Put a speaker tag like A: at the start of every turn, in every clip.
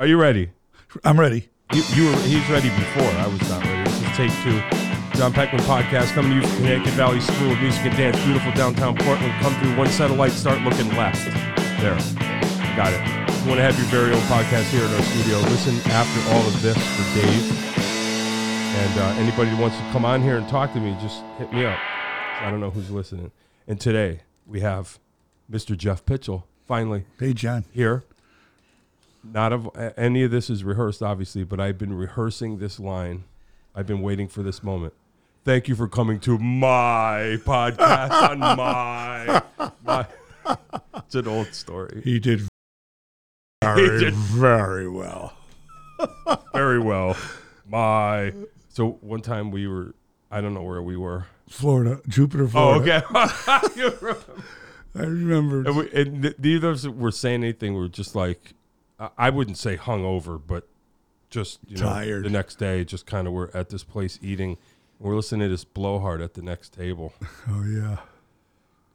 A: Are you ready?
B: I'm ready.
A: You, you were, he's ready before. I was not ready. This is take two. John Peckman podcast coming to you from Connecticut Valley School of Music and Dance, beautiful downtown Portland. Come through one set of lights, start looking left. There. Got it. If you want to have your very own podcast here in our studio, listen after all of this for Dave. And uh, anybody who wants to come on here and talk to me, just hit me up. I don't know who's listening. And today we have Mr. Jeff Pitchell, finally
B: Hey, John.
A: here. Not of a- any of this is rehearsed, obviously, but I've been rehearsing this line. I've been waiting for this moment. Thank you for coming to my podcast on my. my it's an old story.
B: He did very,
A: did-
B: very well.
A: Very well. My. So one time we were, I don't know where we were.
B: Florida, Jupiter,
A: Oh,
B: Florida.
A: okay. You remember.
B: I remember.
A: and, we, and th- neither of us were saying anything. We were just like, I, I wouldn't say hungover, but just you know,
B: Tired.
A: The next day, just kind of we're at this place eating. We're listening to this blowhard at the next table.
B: Oh, yeah.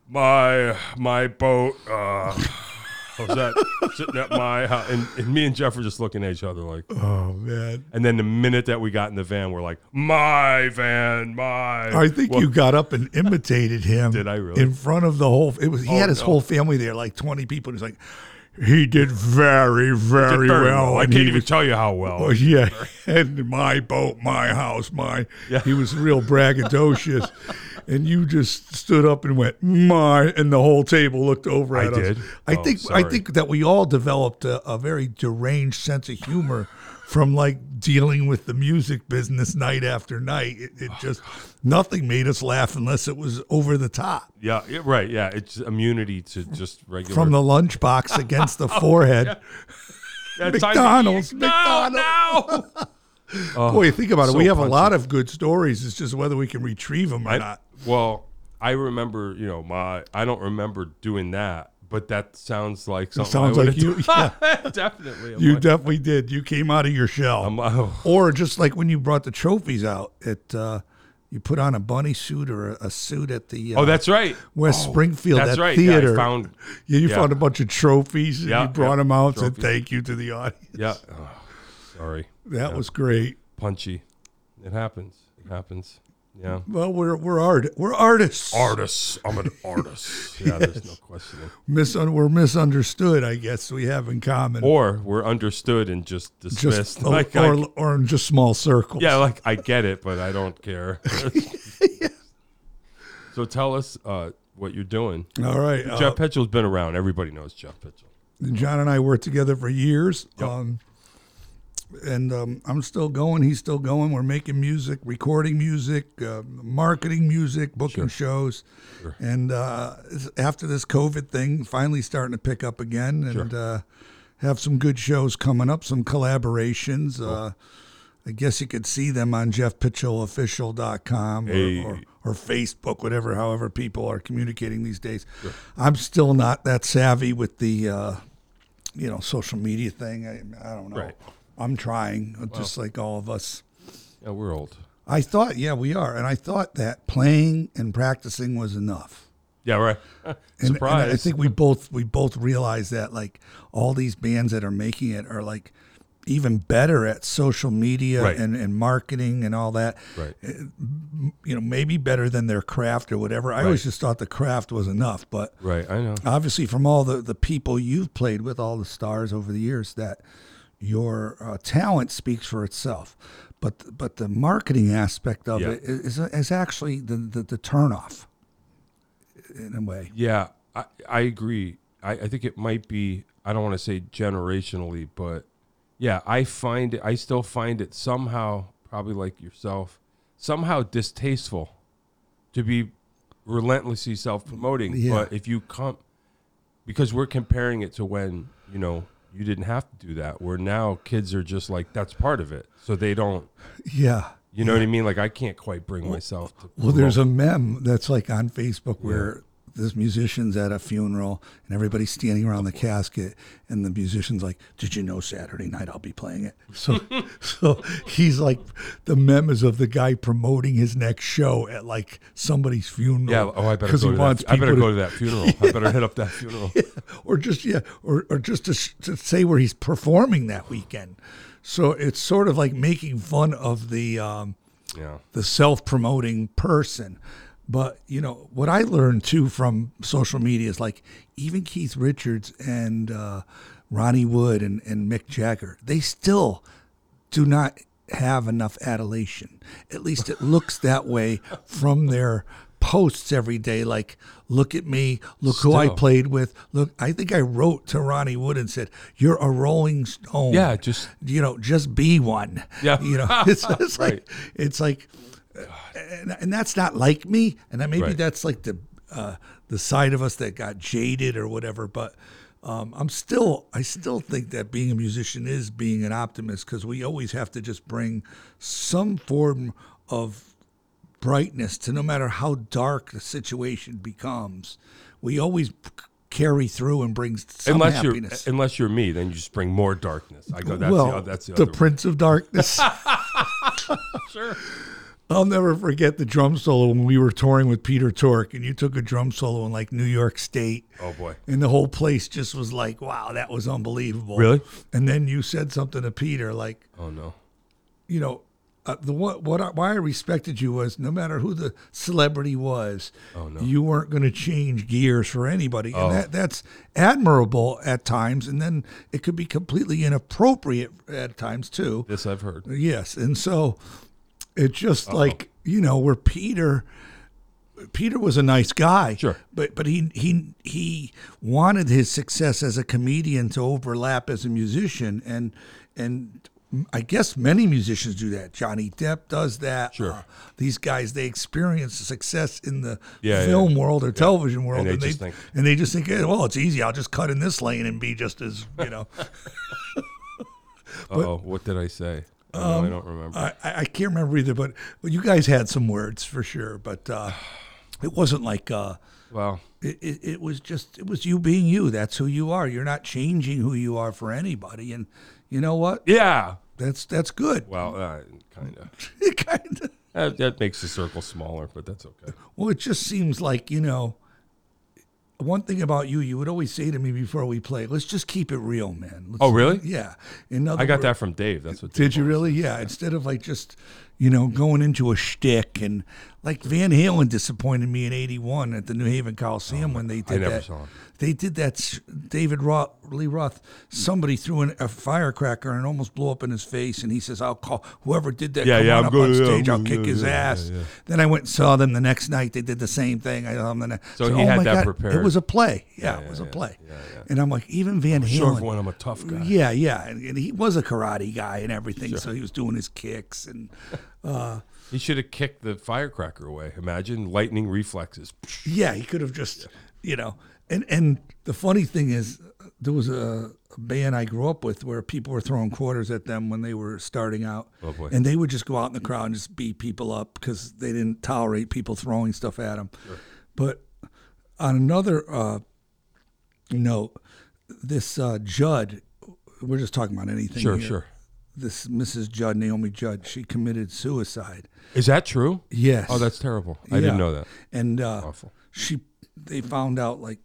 A: My my boat. Uh, I was at sitting at my house, and, and me and Jeff were just looking at each other like.
B: Oh, man.
A: And then the minute that we got in the van, we're like, my van, my.
B: I think
A: Well,
B: you got up and imitated him.
A: Did I really?
B: In front of the whole. It was. He
A: Oh,
B: had his
A: no.
B: whole family there, like 20 people. And he's like, he did very,
A: did
B: very
A: very
B: well.
A: I
B: and
A: can't
B: he
A: even
B: was-
A: tell you how well.
B: Oh, yeah. And my boat, my house, my.
A: Yeah.
B: He was real braggadocious. and you just stood up and went, my. And the whole table looked over
A: I
B: at us.
A: did?
B: I
A: Oh,
B: think I
A: sorry.
B: think that we all developed a, a very deranged sense of humor from like dealing with the music business night after night. It,
A: Oh,
B: it just, nothing made us laugh unless it was over the top.
A: Yeah, yeah, right. Yeah, it's immunity to just regular
B: From the lunchbox against the
A: Oh,
B: forehead.
A: Yeah, it's time to
B: McDonald's,
A: eat.
B: McDonald's.
A: No, no.
B: Boy, think about it.
A: Oh, so
B: we have
A: punchy.
B: a lot of good stories. It's just whether we can retrieve them or
A: I-
B: not.
A: well, I remember, you know, my I don't remember doing that, but that sounds like something.
B: sounds
A: I
B: like you-
A: would've done. definitely. I'm
B: You
A: like,
B: definitely did. You came out of your shell.
A: I'm, oh,
B: or just like when you brought the trophies out, it uh, you put on a bunny suit or a, a suit at the uh,
A: oh, that's right.
B: West Springfield
A: That's
B: that
A: right. Yeah, I
B: theater.
A: found.
B: Yeah, you
A: yeah.
B: found a bunch of trophies and
A: Yeah,
B: you brought
A: yeah,
B: them out and
A: trophies.
B: said thank you to the audience.
A: Yeah. Oh, sorry,
B: That was great.
A: punchy. It happens. It happens. Yeah.
B: Well, we're we're art we're artists.
A: Artist. I'm an artist. Yeah, there's no questioning.
B: Misun- we're misunderstood, I guess we have in common.
A: Or we're understood and just dismissed.
B: just or,
A: like I
B: or, or in just small circles.
A: Yeah, like I get it, but I don't care. So tell us uh, what you're doing.
B: All right. uh,
A: Jeff Pitchell's been around. Everybody knows Jeff Pitchell.
B: John and I worked together for years. Um, and um, I'm still going. He's still going. We're making music, recording music, uh, marketing music, booking shows. And uh, it's- after this COVID thing, finally starting to pick up again and uh, have some good shows coming up, some collaborations. Uh, I guess you could see them on jeffpitchellofficial.com or,
A: Hey.
B: or, or Facebook, whatever, however people are communicating these days. I'm still not that savvy with the, uh, you know, social media thing. I, I don't know.
A: Right.
B: I'm trying, uh, just like all of us.
A: Yeah, we're old.
B: I thought, yeah, we are. And I thought that playing and practicing was enough.
A: Yeah, right.
B: And-
A: Surprise.
B: And I think we both we both realize that like all these bands that are making it are like even better at social media
A: Right.
B: and, and marketing and all that.
A: right.
B: You know, maybe better than their craft or whatever. I always
A: Right.
B: just thought the craft was enough, but
A: Right. I know.
B: obviously from all the, the people you've played with, all the stars over the years, that your uh, talent speaks for itself. But but the marketing aspect of
A: Yeah.
B: it is, is actually the, the, the turnoff in a way.
A: Yeah, I, I agree. I, I think it might be, I don't want to say generationally, but yeah, I find it, I still find it somehow, probably like yourself, somehow distasteful to be relentlessly self promoting.
B: Yeah.
A: But if you come, because we're comparing it to when, you know, you didn't have to do that, where now kids are just like, that's part of it. So they don't,
B: Yeah.
A: you know what I mean? Like, I can't quite bring myself to.
B: Well, there's a mem that's like on Facebook where this musician's at a funeral and everybody's standing around the casket and the musician's like did you know saturday night i'll be playing it so so he's like the memes of the guy promoting his next show at like somebody's funeral
A: Yeah. Oh, I better
B: 'cause
A: go
B: he
A: to
B: wants
A: that. I better
B: people
A: go to that funeral. I better hit up that funeral.
B: or just yeah, or or just to, sh- to say where he's performing that weekend. So it's sort of like making fun of the um,
A: Yeah.
B: the self promoting person. But you know what I learned too from social media is like even Keith Richards and uh, Ronnie Wood and, and Mick Jagger, they still do not have enough adulation. At least it looks that way from their posts every day. Like, look at me, look who I
A: Still.
B: played with. Look, I think I wrote to Ronnie Wood and said, "You're a Rolling Stone."
A: Yeah, just-
B: you know, just be one.
A: Yeah.
B: you know, it's, it's like it's like, and, and that's not like me. And then maybe
A: Right.
B: that's like the uh, the side of us that got jaded or whatever. But um, I'm still I still think that being a musician is being an optimist because we always have to just bring some form of brightness to no matter how dark the situation becomes. We always carry through and bring some
A: Unless you're
B: happiness.
A: unless you're me, then you just bring more darkness. I go. That's
B: well,
A: the, oth- that's the,
B: the
A: other. one.
B: Prince of Darkness.
A: Sure.
B: I'll never forget the drum solo when we were touring with Peter Tork, and you took a drum solo in like New York State,
A: Oh boy.
B: and the whole place just was like, "Wow, that was unbelievable."
A: Really?
B: And then you said something to Peter, like,
A: Oh no.
B: you know, uh, the what what I, why I respected you was no matter who the celebrity was, you weren't going to change gears for anybody, and that that's admirable at times, and then it could be completely inappropriate at times too.
A: This I've heard.
B: Yes, and so it's just like you know where Peter. Peter was a nice guy,
A: Sure.
B: but but he he he wanted his success as a comedian to overlap as a musician, and and I guess many musicians do that. Johnny Depp does that. Uh,
A: Sure.
B: these guys they experience success in the
A: Yeah, yeah.
B: film world or television world,
A: And they
B: and they
A: just think-
B: and they just think, hey, well, it's easy. I'll just cut in this lane and be just as you know.
A: Oh, what did I say? Oh, I don't know,
B: Um,
A: I don't remember.
B: I, I I can't remember either, but, but you guys had some words for sure. But uh, it wasn't like uh,
A: well,
B: it, it, it was just it was you being you. That's who you are. You're not changing who you are for anybody. And you know what?
A: yeah.
B: That's that's good.
A: Well, uh, kind of.
B: It kind of
A: That, that makes the circle smaller, but that's okay.
B: well, it just seems like you know. One thing about you, you would always say to me before we play, "Let's just keep it real, man." Let's-
A: Oh, really?
B: Yeah. In other
A: I got
B: words-
A: that from Dave. That's what. Dave
B: Did you really? Yeah. Instead of like just, you know, going into a shtick and like Van Halen disappointed me in '81 at the New Haven Coliseum when they did
A: Oh, never
B: that.
A: saw him.
B: They did that. s- David Roth, Lee Roth. Somebody threw in a firecracker and almost blew up in his face, and he says, "I'll call whoever did that.
A: Yeah,
B: come
A: yeah,
B: on
A: I'm
B: up
A: good,
B: on
A: yeah, I'm
B: stage. I'll
A: good,
B: kick
A: yeah,
B: his
A: yeah,
B: ass."
A: yeah,
B: Then I went and saw them the next night. They did the same thing. I saw them the next.
A: So he had that
B: It
A: prepared.
B: was a play. Yeah, it
A: yeah,
B: was a
A: yeah,
B: play.
A: yeah, yeah.
B: And I'm like, even Van Halen.
A: Sure, when I'm a tough guy.
B: Yeah, yeah, and, and he was a karate guy and everything, so he was doing his kicks and uh,
A: He should have kicked the firecracker away. Imagine lightning reflexes.
B: yeah, he could have just, you know, and and the funny thing is, there was a, a band I grew up with where people were throwing quarters at them when they were starting out,
A: Oh, boy.
B: and they would just go out in the crowd and just beat people up because they didn't tolerate people throwing stuff at them. But on another uh, note, this uh, Judd, we're just talking about anything.
A: Sure,
B: here.
A: sure.
B: This Mrs. Judd, Naomi Judd, she committed suicide.
A: Is that true?
B: Yes.
A: Oh, that's terrible. I didn't
B: Yeah.
A: know that. Oh,
B: And uh,
A: Awful.
B: she, they found out like,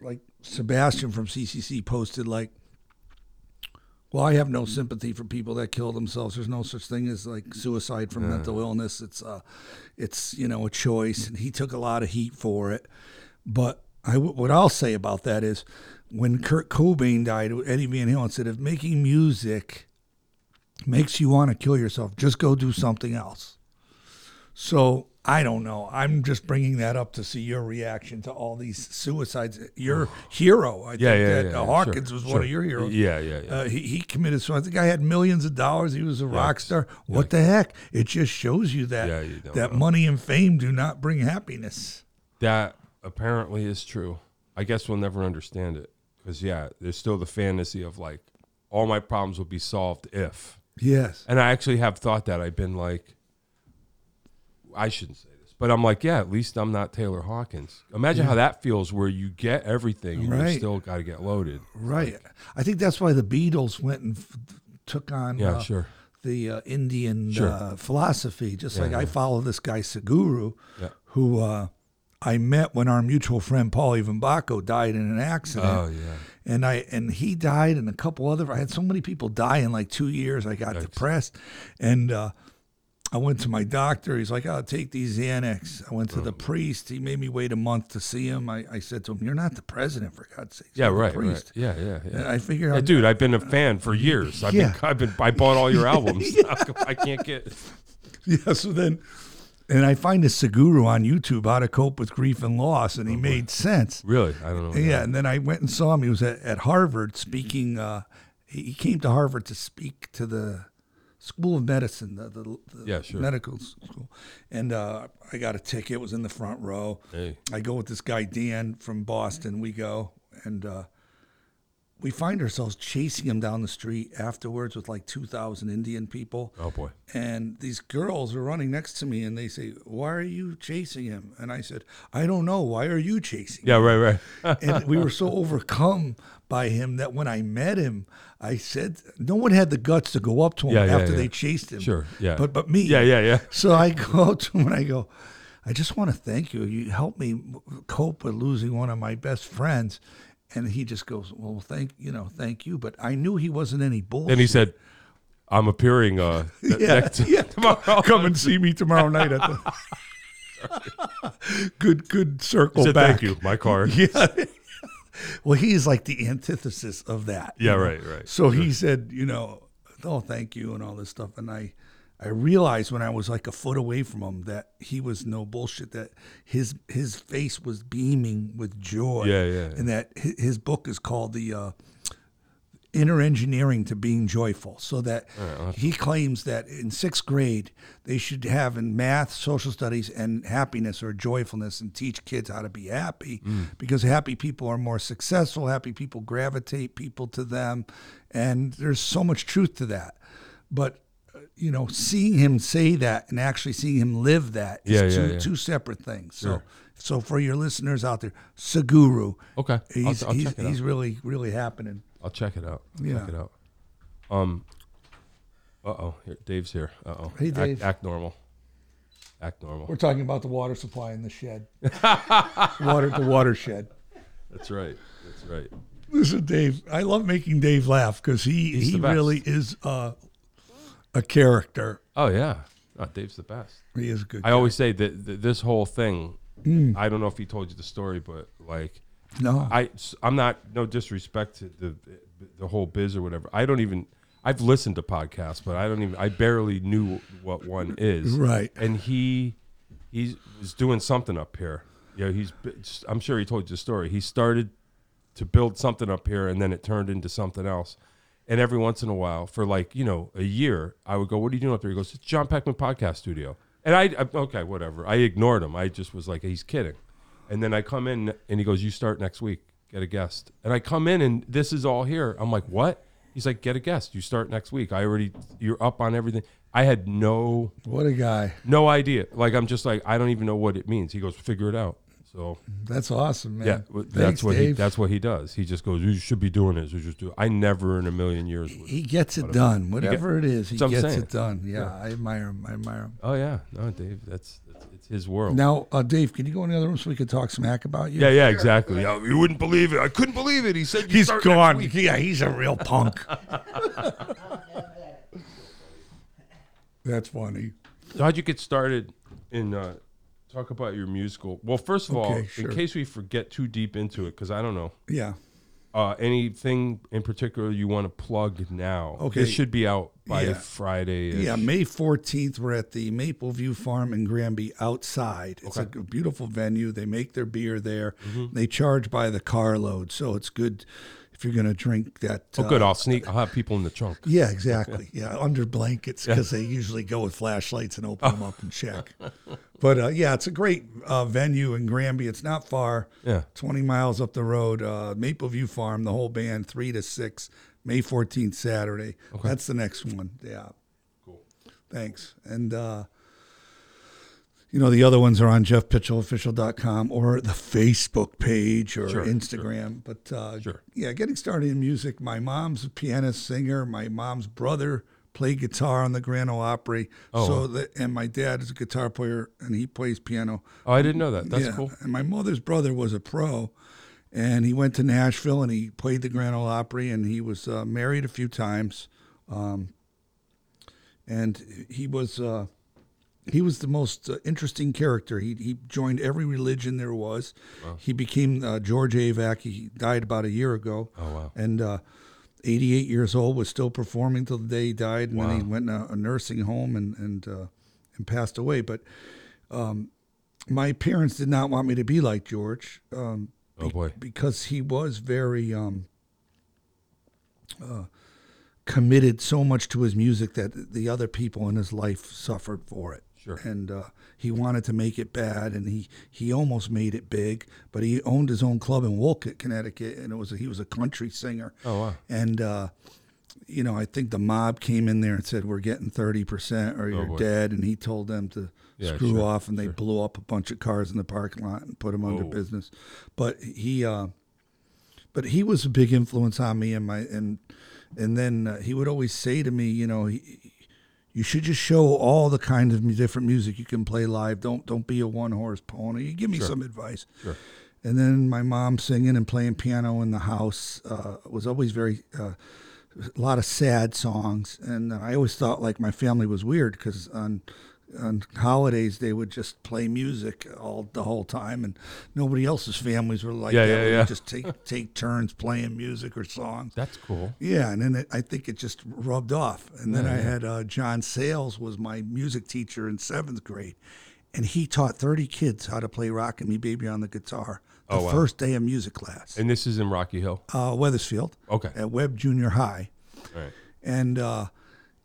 B: like Sebastian from CCC posted like, well, I have no sympathy for people that kill themselves. There's no such thing as like suicide from mental illness. It's uh, it's you know a choice, and he took a lot of heat for it. But I w- what I'll say about that is, when Kurt Cobain died, Eddie Van Halen said, if making music makes you want to kill yourself, just go do something else. So I don't know. I'm just bringing that up to see your reaction to all these suicides. Your hero, I think
A: Oh. Yeah, yeah, yeah.
B: that uh,
A: sure,
B: Hawkins was one
A: sure.
B: of your heroes.
A: Yeah, yeah, yeah.
B: Uh, he, he committed suicide. The guy had millions of dollars. He was a rock star. What the heck? It just shows you that
A: Yeah, you don't
B: that
A: know.
B: money and fame do not bring happiness.
A: That apparently is true. I guess we'll never understand it because yeah, there's still the fantasy of like all my problems will be solved if.
B: Yes.
A: And I actually have thought that I've been like, I shouldn't say this, But I'm like, yeah, at least I'm not Taylor Hawkins. Imagine how that feels where you get everything and you
B: Right.
A: still got to get loaded.
B: Right. I think that's why the Beatles went and f- took on
A: Yeah,
B: uh,
A: sure.
B: the uh, Indian
A: Sure.
B: uh, philosophy. Just like I
A: yeah.
B: follow this guy Saguru,
A: Yeah.
B: who uh, I met when our mutual friend Paul Ivanbako died in an accident.
A: Oh, yeah.
B: And I and he died, and a couple other. I had so many people die in like two years. I got depressed, and uh, I went to my doctor. He's like, "I'll take these Xanax." I went to
A: Oh.
B: the priest. He made me wait a month to see him. I, I said to him, "You're not the president, for God's sake."
A: Yeah,
B: You're the
A: right, right.
B: priest."
A: Yeah, yeah, yeah.
B: And I figured
A: Yeah,
B: out
A: dude, I've been a fan for years. I've
B: Yeah.
A: been, I've been, I bought all your albums. How come I can't get.
B: yeah, so then, and I find this Seguru on YouTube how to cope with grief and loss, and he made sense.
A: Oh, Really, I don't know.
B: Yeah, and then I went and saw him. He was at, at Harvard speaking. Uh, he he came to Harvard to speak to the School of Medicine, the, the, the
A: Yeah, sure.
B: medical school. And uh, I got a ticket, was in the front row.
A: Hey.
B: I go with this guy, Dan from Boston. We go, and uh, we find ourselves chasing him down the street afterwards with like 2,000 Indian people
A: Oh boy.
B: and these girls are running next to me and they say why are you chasing him and i said i don't know why are you chasing him
A: Yeah, right, right.
B: and we were so overcome by him that when i met him i said no one had the guts to go up to him
A: Yeah, yeah,
B: after
A: yeah.
B: they chased him
A: Sure, yeah.
B: but but me
A: Yeah, yeah, yeah.
B: so i go up to him and i go i just want to thank you you helped me cope with losing one of my best friends and he just goes well thank you know thank you but i knew he wasn't any bull
A: Then he said, "I'm appearing uh, th-
B: Yeah,
A: next
B: yeah.
A: tomorrow."
B: come and see me tomorrow night at the good good circle
A: He said,
B: back
A: "Thank you, my card."
B: yeah well he's like the antithesis of that
A: Yeah, right, right.
B: so he said you know oh thank you and all this stuff and i i realized when i was like a foot away from him that he was no bullshit that his his face was beaming with joy
A: Yeah, yeah, yeah.
B: and that hi- his book is called the uh inner engineering to being joyful so that he claims that in sixth grade they should have in math social studies and happiness or joyfulness and teach kids how to be happy
A: Mm.
B: because happy people are more successful happy people gravitate people to them and there's so much truth to that but uh, you know seeing him say that and actually seeing him live that is
A: Yeah, yeah,
B: two,
A: yeah.
B: two separate things so so for your listeners out there saguru
A: Okay, Oh, I'll-
B: he's,
A: I'll
B: he's,
A: check it out.
B: he's really really happening
A: I'll check it out. I'll
B: Yeah.
A: Check it out. Um. Uh oh, Dave's here. Uh oh.
B: Hey, Dave.
A: Act, act normal. Act normal.
B: We're talking about the water supply in the shed. water the watershed.
A: That's right. That's right.
B: Listen, Dave, I love making Dave laugh because he
A: He's
B: he
A: the best.
B: really is uh, a character.
A: Oh yeah. No, Dave's the best.
B: He is a good.
A: I always say that, that this whole thing.
B: Mm.
A: I don't know if he told you the story, but like,
B: no,
A: I am not no disrespect to the the whole biz or whatever. I don't even I've listened to podcasts, but I don't even I barely knew what one is.
B: Right.
A: And he he was doing something up here. You know, he's I'm sure he told you the story. He started to build something up here and then it turned into something else. And every once in a while, for like, you know, a year, I would go, What are you doing up there? He goes, It's John Peckman Podcast Studio. And I, I- okay, whatever. I ignored him. I just was like, He's kidding. And then I come in and he goes, You start next week, get a guest. And I come in and this is all here. I'm like, What? He's like, Get a guest. You start next week. I already, you're up on everything. I had no
B: what a guy!
A: no idea. Like I'm just like I don't even know what it means. He goes, figure it out. So
B: That's awesome, man.
A: yeah, w- that's
B: Mm-hmm. Thanks,
A: what he
B: Dave.
A: that's what he does. He just goes, you should be doing this. You just do. I never in a million years would.
B: he gets it done. Whatever it is, he
A: That's what I'm
B: gets
A: saying.
B: it done. Yeah, I admire him. I admire him.
A: Oh yeah, no, Dave, that's, that's it's his world.
B: Now, uh, Dave, can you go in the other room so we could talk smack about you?
A: yeah, yeah, exactly. Yeah, you wouldn't believe it. I couldn't believe it. He said you
B: he's
A: start
B: gone.
A: Next week.
B: Yeah, he's a real punk. that's funny.
A: So how'd you get started in? Uh, talk about your musical. Well, first of all,
B: Okay, sure.
A: in case we forget too deep into it, because I don't know.
B: Yeah.
A: Uh, anything in particular you want to plug now?
B: Okay.
A: this should be out by
B: Yeah.
A: Friday.
B: Yeah, May 14th, we're at the Maple View Farm in Granby outside. It's a g- beautiful venue. They make their beer there.
A: Mm-hmm.
B: They charge by the carload. So it's good if you're going to drink that. uh,
A: Oh, good. I'll sneak. I'll have people in the trunk.
B: Yeah, exactly. Yeah, under blankets because they usually go with flashlights and open them up and check. But uh, yeah, it's a great uh, venue in Granby. It's not far.
A: Yeah.
B: 20 miles up the road. Uh, Maple View Farm, the whole band, 3 to 6, May 14th, Saturday. That's the next one. Yeah.
A: Cool.
B: Thanks. And uh, you know, the other ones are on jeffpitchellofficial.com or the Facebook page or
A: Sure,
B: Instagram. But uh,
A: Sure.
B: yeah, getting started in music, my mom's a pianist, singer. My mom's brother played guitar on the Grand Ole Opry.
A: Oh, wow.
B: so that, and my dad is a guitar player and he plays piano.
A: Oh, I didn't know that. That's
B: yeah.
A: cool.
B: And my mother's brother was a pro, and he went to Nashville and he played the Grand Ole Opry, and he was uh, married a few times, um, and he was uh, he was the most uh, interesting character. He he joined every religion there was. He became uh, George Avak. He died about a year ago.
A: Oh, wow.
B: And uh, 88 years old was still performing till the day he died, and then he went in a, a nursing home and and uh, and passed away. But my parents did not want me to be like George um,
A: Oh boy.
B: because he was very um, uh, committed so much to his music that the other people in his life suffered for it.
A: Sure.
B: And uh, he wanted to make it bad, and he, he almost made it big. But he owned his own club in Wolcott, Connecticut, and it was a, he was a country singer.
A: Oh, wow.
B: And uh, you know, I think the mob came in there and said, "We're getting thirty percent, or you're
A: Oh, boy.
B: dead." And he told them to
A: Yeah,
B: screw
A: sure, Oh.
B: off, and they blew up a bunch of cars in the parking lot and put him under
A: Whoa.
B: business. But he, uh, but he was a big influence on me, and my and and then uh, he would always say to me, you know, he, you should just show all the kind of mu- different music you can play live. Don't don't be a one horse pony. You give me some advice.
A: Sure.
B: And then my mom singing and playing piano in the house uh, was always very uh, a lot of sad songs. And I always thought like my family was weird because on on holidays they would just play music all the whole time, and nobody else's families were like
A: Yeah,
B: that.
A: yeah,
B: where they
A: yeah.
B: Just take take turns playing music or songs.
A: That's cool.
B: Yeah, and then it, I think it just rubbed off. And then I had uh, John Sales was my music teacher in seventh grade, and he taught thirty kids how to play "Rockin' Me Baby" on the guitar the
A: Oh, wow.
B: first day of music class,
A: And this is in Rocky Hill.
B: uh, Weathersfield,
A: Okay.
B: at Webb Junior High.
A: All right.
B: And uh,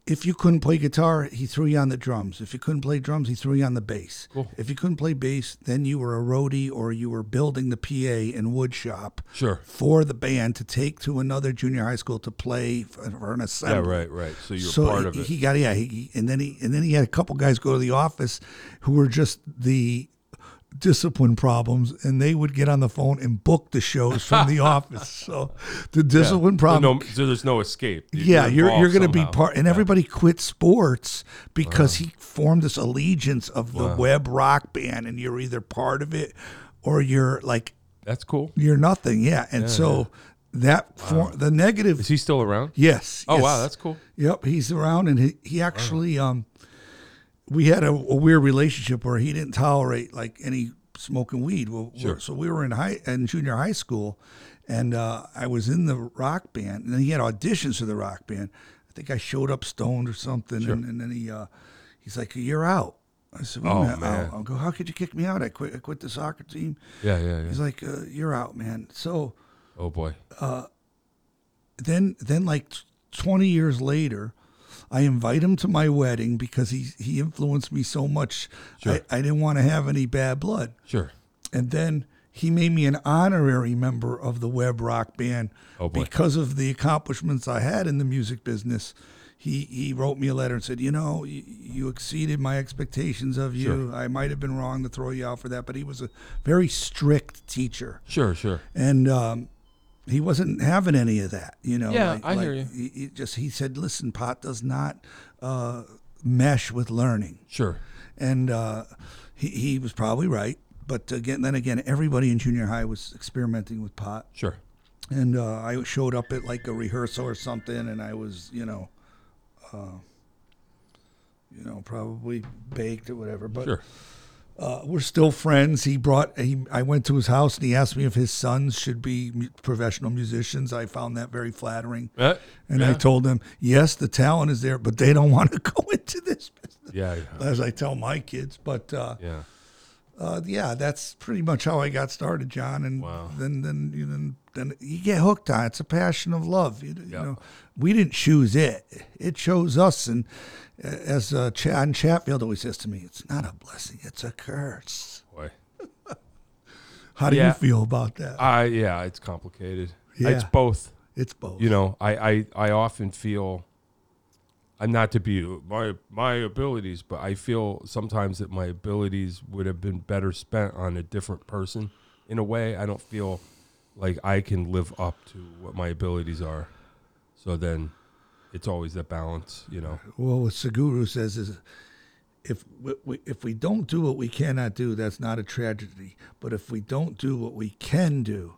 B: if you couldn't play guitar, he threw you on the drums. If you couldn't play drums, he threw you on the bass.
A: Cool.
B: If you couldn't play bass, then you were a roadie or you were building the PA in wood shop
A: Sure.
B: for the band to take to another junior high school to play for, for an
A: Yeah.
B: assembly.
A: Right. Right. So you're
B: so
A: part
B: he,
A: of it.
B: he got yeah, he- he, and then he and then he had a couple guys go to the office who were just the discipline problems, and they would get on the phone and book the shows from the office. So the discipline problem
A: Oh, no, so there's no escape. You-
B: yeah, you're you're,
A: involved
B: going to be
A: somehow. Uh-huh.
B: part, and everybody quit sports because he formed this allegiance of the web rock band, and you're either part of it or you're like
A: That's cool.
B: you're nothing. Yeah, and so that for the negative.
A: Is he still around?
B: yes.
A: Oh
B: yes.
A: wow, that's cool.
B: Yep, he's around, and he, he actually um, we had a, a weird relationship where he didn't tolerate like any smoking weed. Well, sure. So we were in high in junior high school, and uh, I was in the rock band, and then he had auditions for the rock band. I think I showed up stoned or something, and, and then he uh, he's like, "You're out." I said, Wait
A: Oh,
B: a minute,
A: man.
B: I'll, I'll go. How could you kick me out? I quit. I quit the soccer team.
A: Yeah, yeah, yeah.
B: He's like, uh, "You're out, man." So
A: Oh boy.
B: then then like t- 20 years later I invite him to my wedding because he he influenced me so much.
A: Sure.
B: I, I didn't want to have any bad blood.
A: Sure.
B: And then he made me an honorary member of the Web Rock Band
A: Oh, boy.
B: because of the accomplishments I had in the music business. He he wrote me a letter and said, you know, you, you exceeded my expectations of you. I might have been wrong to throw you out for that, but he was a very strict teacher
A: Sure. Sure.
B: and um, he wasn't having any of that. You know,
A: Yeah, I hear you.
B: He, he just he said, "Listen, pot does not uh, mesh with learning,"
A: Sure.
B: and uh, he he was probably right. But again, then again, everybody in junior high was experimenting with pot,
A: Sure.
B: and uh, I showed up at like a rehearsal or something, and I was, you know. Uh, you know, probably baked or whatever. But
A: Sure.
B: uh, we're still friends. He brought. He, I went to his house and he asked me if his sons should be mu- professional musicians. I found that very flattering,
A: Uh,
B: and I
A: yeah.
B: told him, "Yes, the talent is there, but they don't want to go into this business."
A: Yeah. Yeah.
B: As I tell my kids, but uh,
A: yeah.
B: uh, yeah, that's pretty much how I got started, John. And
A: Wow.
B: then, then, you know, then you get hooked on it. It's a passion of love. You, you
A: Yeah.
B: know, we didn't choose it; it chose us. And uh, as uh, John Chatfield always says to me, "It's not a blessing; it's a curse."
A: Boy.
B: How do
A: Yeah.
B: you feel about that?
A: I Uh, yeah. It's complicated. It's
B: Yeah.
A: both.
B: it's both.
A: You know, I I I often feel I'm not to be my my abilities, but I feel sometimes that my abilities would have been better spent on a different person. In a way, I don't feel like I can live up to what my abilities are. So then, it's always that balance, you know.
B: Well, what Seguru says is, if we, if we don't do what we cannot do, that's not a tragedy. But if we don't do what we can do,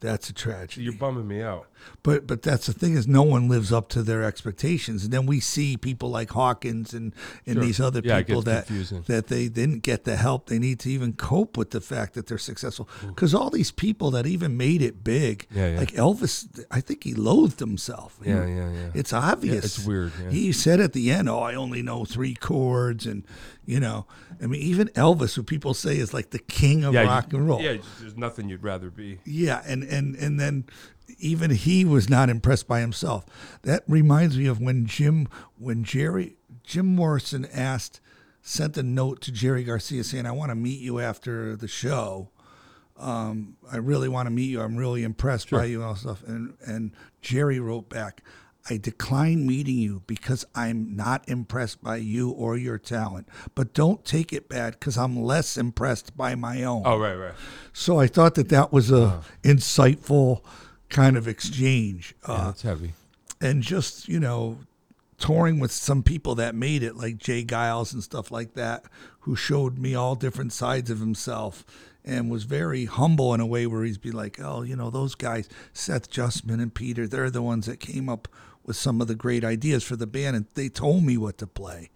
B: that's a tragedy.
A: You're bumming me out.
B: But but that's the thing is no one lives up to their expectations. And then we see people like Hawkins and, and
A: Sure.
B: these other
A: Yeah, it
B: people
A: gets
B: that
A: confusing.
B: that they didn't get the help they need to even cope with the fact that they're successful. Because all these people that even made it big,
A: Yeah, yeah.
B: like Elvis, I think he loathed himself. He-
A: Yeah, yeah, yeah.
B: It's obvious.
A: it's weird, yeah.
B: He said at the end, "Oh, I only know three chords," and you know, I mean, even Elvis, who people say is like the king of
A: you-
B: rock and roll.
A: Yeah, there's nothing you'd rather be.
B: Yeah, and and and then even he was not impressed by himself. That reminds me of when Jim when Jerry Jim Morrison asked sent a note to Jerry Garcia saying, "I want to meet you after the show. Um, I really want to meet you. I'm really impressed by you and all stuff." And and Jerry wrote back. I decline meeting you because I'm not impressed by you or your talent. But don't take it bad because I'm less impressed by my own.
A: Oh right, right.
B: So I thought that that was a insightful kind of exchange,
A: Yeah,
B: uh,
A: it's heavy.
B: and just you know, touring with some people that made it, like Jay Giles and stuff like that, who showed me all different sides of himself, and was very humble in a way where he'd be like, "Oh, you know, those guys, Seth Justman and Peter, they're the ones that came up with some of the great ideas for the band, and they told me what to play."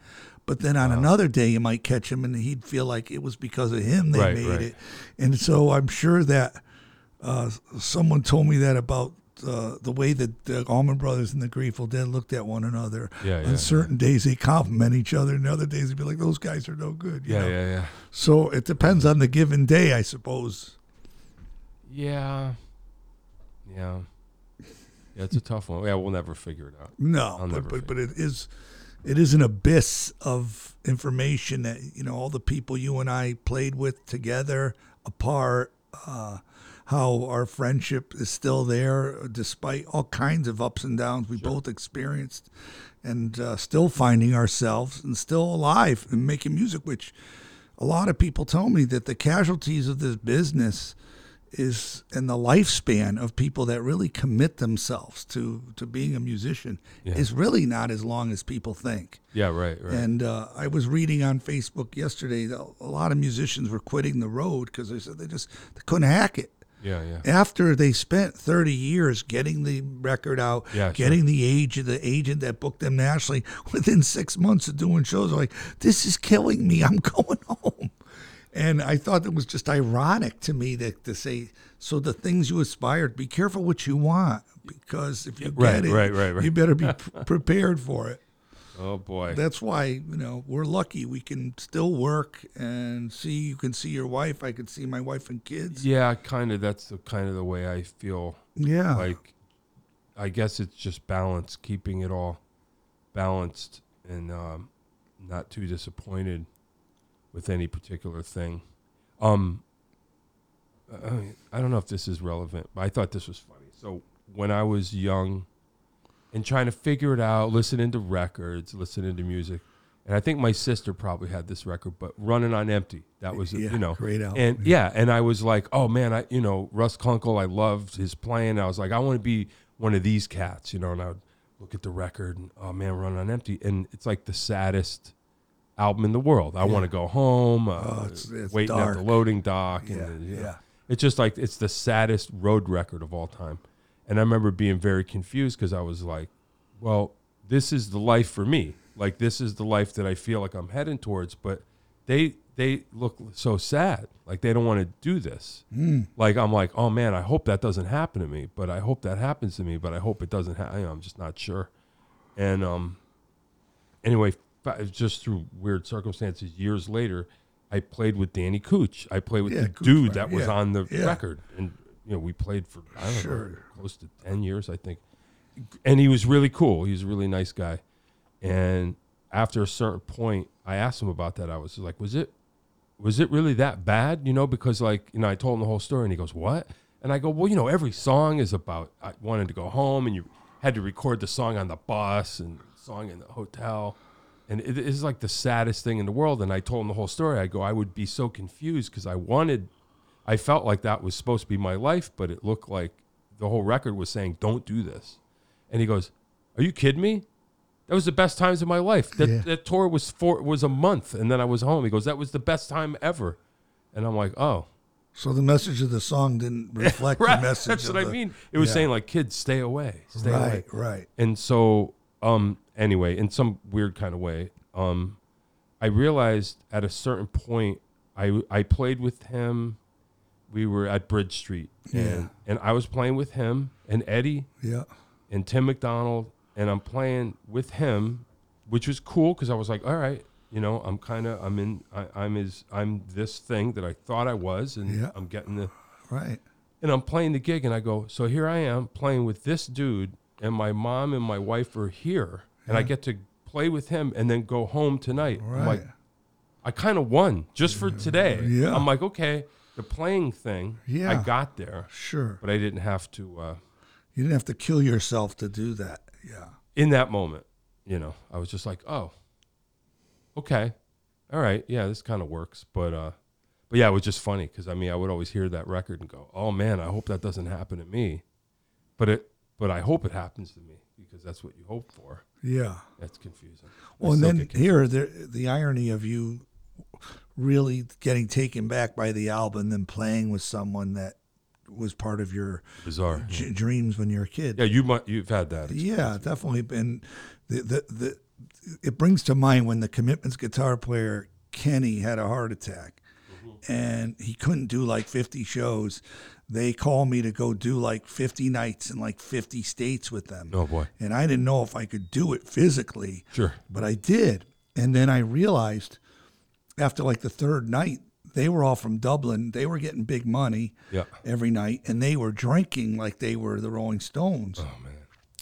B: But then on another day, you might catch him, and he'd feel like it was because of him they
A: Right,
B: made
A: right.
B: it, and so I'm sure that someone told me that about uh, the way that the Allman Brothers and the Grateful Dead looked at one another.
A: Yeah, yeah,
B: On certain days they compliment each other, and other days they'd be like, "Those guys are no good." you
A: Yeah,
B: know?
A: yeah, yeah.
B: So it depends on the given day, I suppose.
A: Yeah. Yeah. Yeah, it's a tough one. Yeah, we'll never figure it out. I'll
B: No,
A: never
B: but but,
A: figure
B: but it is it is an abyss of information that you know all the people you and I played with together, apart. Uh, how our friendship is still there despite all kinds of ups and downs we both experienced, and uh, still finding ourselves and still alive and making music, which a lot of people tell me that the casualties of this business is and the lifespan of people that really commit themselves to to being a musician is really not as long as people think.
A: Yeah, right, right.
B: And uh, I was reading on Facebook yesterday that a lot of musicians were quitting the road because they said they just they couldn't hack it
A: yeah, yeah.
B: after they spent 30 years getting the record out,
A: Yeah,
B: getting the age of the agent that booked them nationally, within six months of doing shows, they're like, this is killing me. I'm going home. And I thought it was just ironic to me that to say, so the things you aspire, be careful what you want because if you
A: Right,
B: get it,
A: right, right, right.
B: you better be p- prepared for it.
A: Oh boy.
B: That's why you know we're lucky. We can still work and see. You can see your wife. I can see my wife and kids.
A: yeah, kind of. That's the kind of the way I feel.
B: Yeah,
A: Like, I guess it's just balance, keeping it all balanced and um, not too disappointed with any particular thing. Um, I, I don't know if this is relevant, but I thought this was funny. So when I was young and trying to figure it out, listening to records, listening to music. And I think my sister probably had this record, but "Running on Empty" that was,
B: Yeah,
A: you know,
B: great album.
A: And yeah, and I was like, oh man, I you know Russ Kunkel, I loved his playing. I was like, I want to be one of these cats, you know. And I would look at the record, and oh man, "Running on Empty," and it's like the saddest album in the world. I want to go home, uh,
B: Oh, it's- it's
A: waiting at the
B: dark.
A: loading dock. and
B: Yeah,
A: the- you know.
B: yeah.
A: It's just like it's the saddest road record of all time. And I remember being very confused because I was like, well, this is the life for me. Like this is the life that I feel like I'm heading towards, but they they look so sad. Like they don't want to do this.
B: Hmm.
A: Like I'm like, oh man, I hope that doesn't happen to me, but I hope that happens to me, but I hope it doesn't happen. I'm just not sure. And um anyway, fi- just through weird circumstances, years later, I played with Danny Cooch. I played with
B: Yeah,
A: the
B: Cooch,
A: dude
B: right.
A: that was
B: Yeah,
A: on the
B: yeah.
A: record, and you know we played for I don't know
B: Sure.
A: close to ten years, I think. And he was really cool. He was a really nice guy. And after a certain point, I asked him about that. I was like, "Was it, was it really that bad?" You know, because like you know, I told him the whole story, and he goes, "What?" And I go, "Well, you know, every song is about I wanted to go home, and you had to record the song on the bus, and song in the hotel. And it is like the saddest thing in the world. And I told him the whole story. I go, I would be so confused because I wanted, I felt like that was supposed to be my life, but it looked like the whole record was saying, don't do this. And he goes, Are you kidding me? That was the best times of my life. That,
B: Yeah.
A: that tour was four was a month, and then I was home. He goes, "That was the best time ever," and I'm like, "Oh,
B: So the message of the song didn't reflect
A: right."
B: the message.
A: That's
B: of
A: what I
B: the-
A: mean. It was
B: yeah.
A: saying like, "Kids, stay away, stay away."
B: Right, right.
A: And so, um, anyway, in some weird kind of way, um, I realized at a certain point, I I played with him. We were at Bridge Street,
B: Yeah.
A: and, and I was playing with him and Eddie
B: Yeah.
A: and Tim McDonald, and I'm playing with him, which was cool because I was like, all right, you know, I'm kind of I'm in I, I'm his I'm this thing that I thought I was, and
B: Yeah.
A: I'm getting the
B: Right.
A: and I'm playing the gig, and I go, so here I am playing with this dude, and my mom and my wife are here, and I get to play with him, and then go home tonight. I'm like,
B: Right.
A: I kind of won just for today.
B: Yeah.
A: I'm like, okay, the playing thing, I
B: Yeah.
A: got there,
B: Sure.
A: but I didn't have to. Uh,
B: You didn't have to kill yourself to do that. Yeah.
A: in that moment, you know, I was just like, oh, okay, all right, yeah, this kind of works. But uh, but yeah, it was just funny because I mean, I would always hear that record and go, oh man, I hope that doesn't happen to me. But it, but I hope it happens to me because that's what you hope for.
B: Yeah.
A: That's confusing. I
B: Well, and
A: still
B: then
A: get confused.
B: here, the, the irony of you really getting taken back by the album and then playing with someone that was part of your
A: bizarre.
B: j- dreams when you were a kid.
A: Yeah, you might you've had that.
B: Yeah, definitely. And the, the the it brings to mind when the Commitments guitar player Kenny had a heart attack,
A: Mm-hmm.
B: and he couldn't do like fifty shows. They called me to go do like fifty nights in like fifty states with them.
A: Oh boy,
B: And I didn't know if I could do it physically,
A: sure.
B: but I did. And then I realized after like the third night, they were all from Dublin. They were getting big money
A: Yeah.
B: every night, and they were drinking like they were the Rolling Stones
A: Oh man.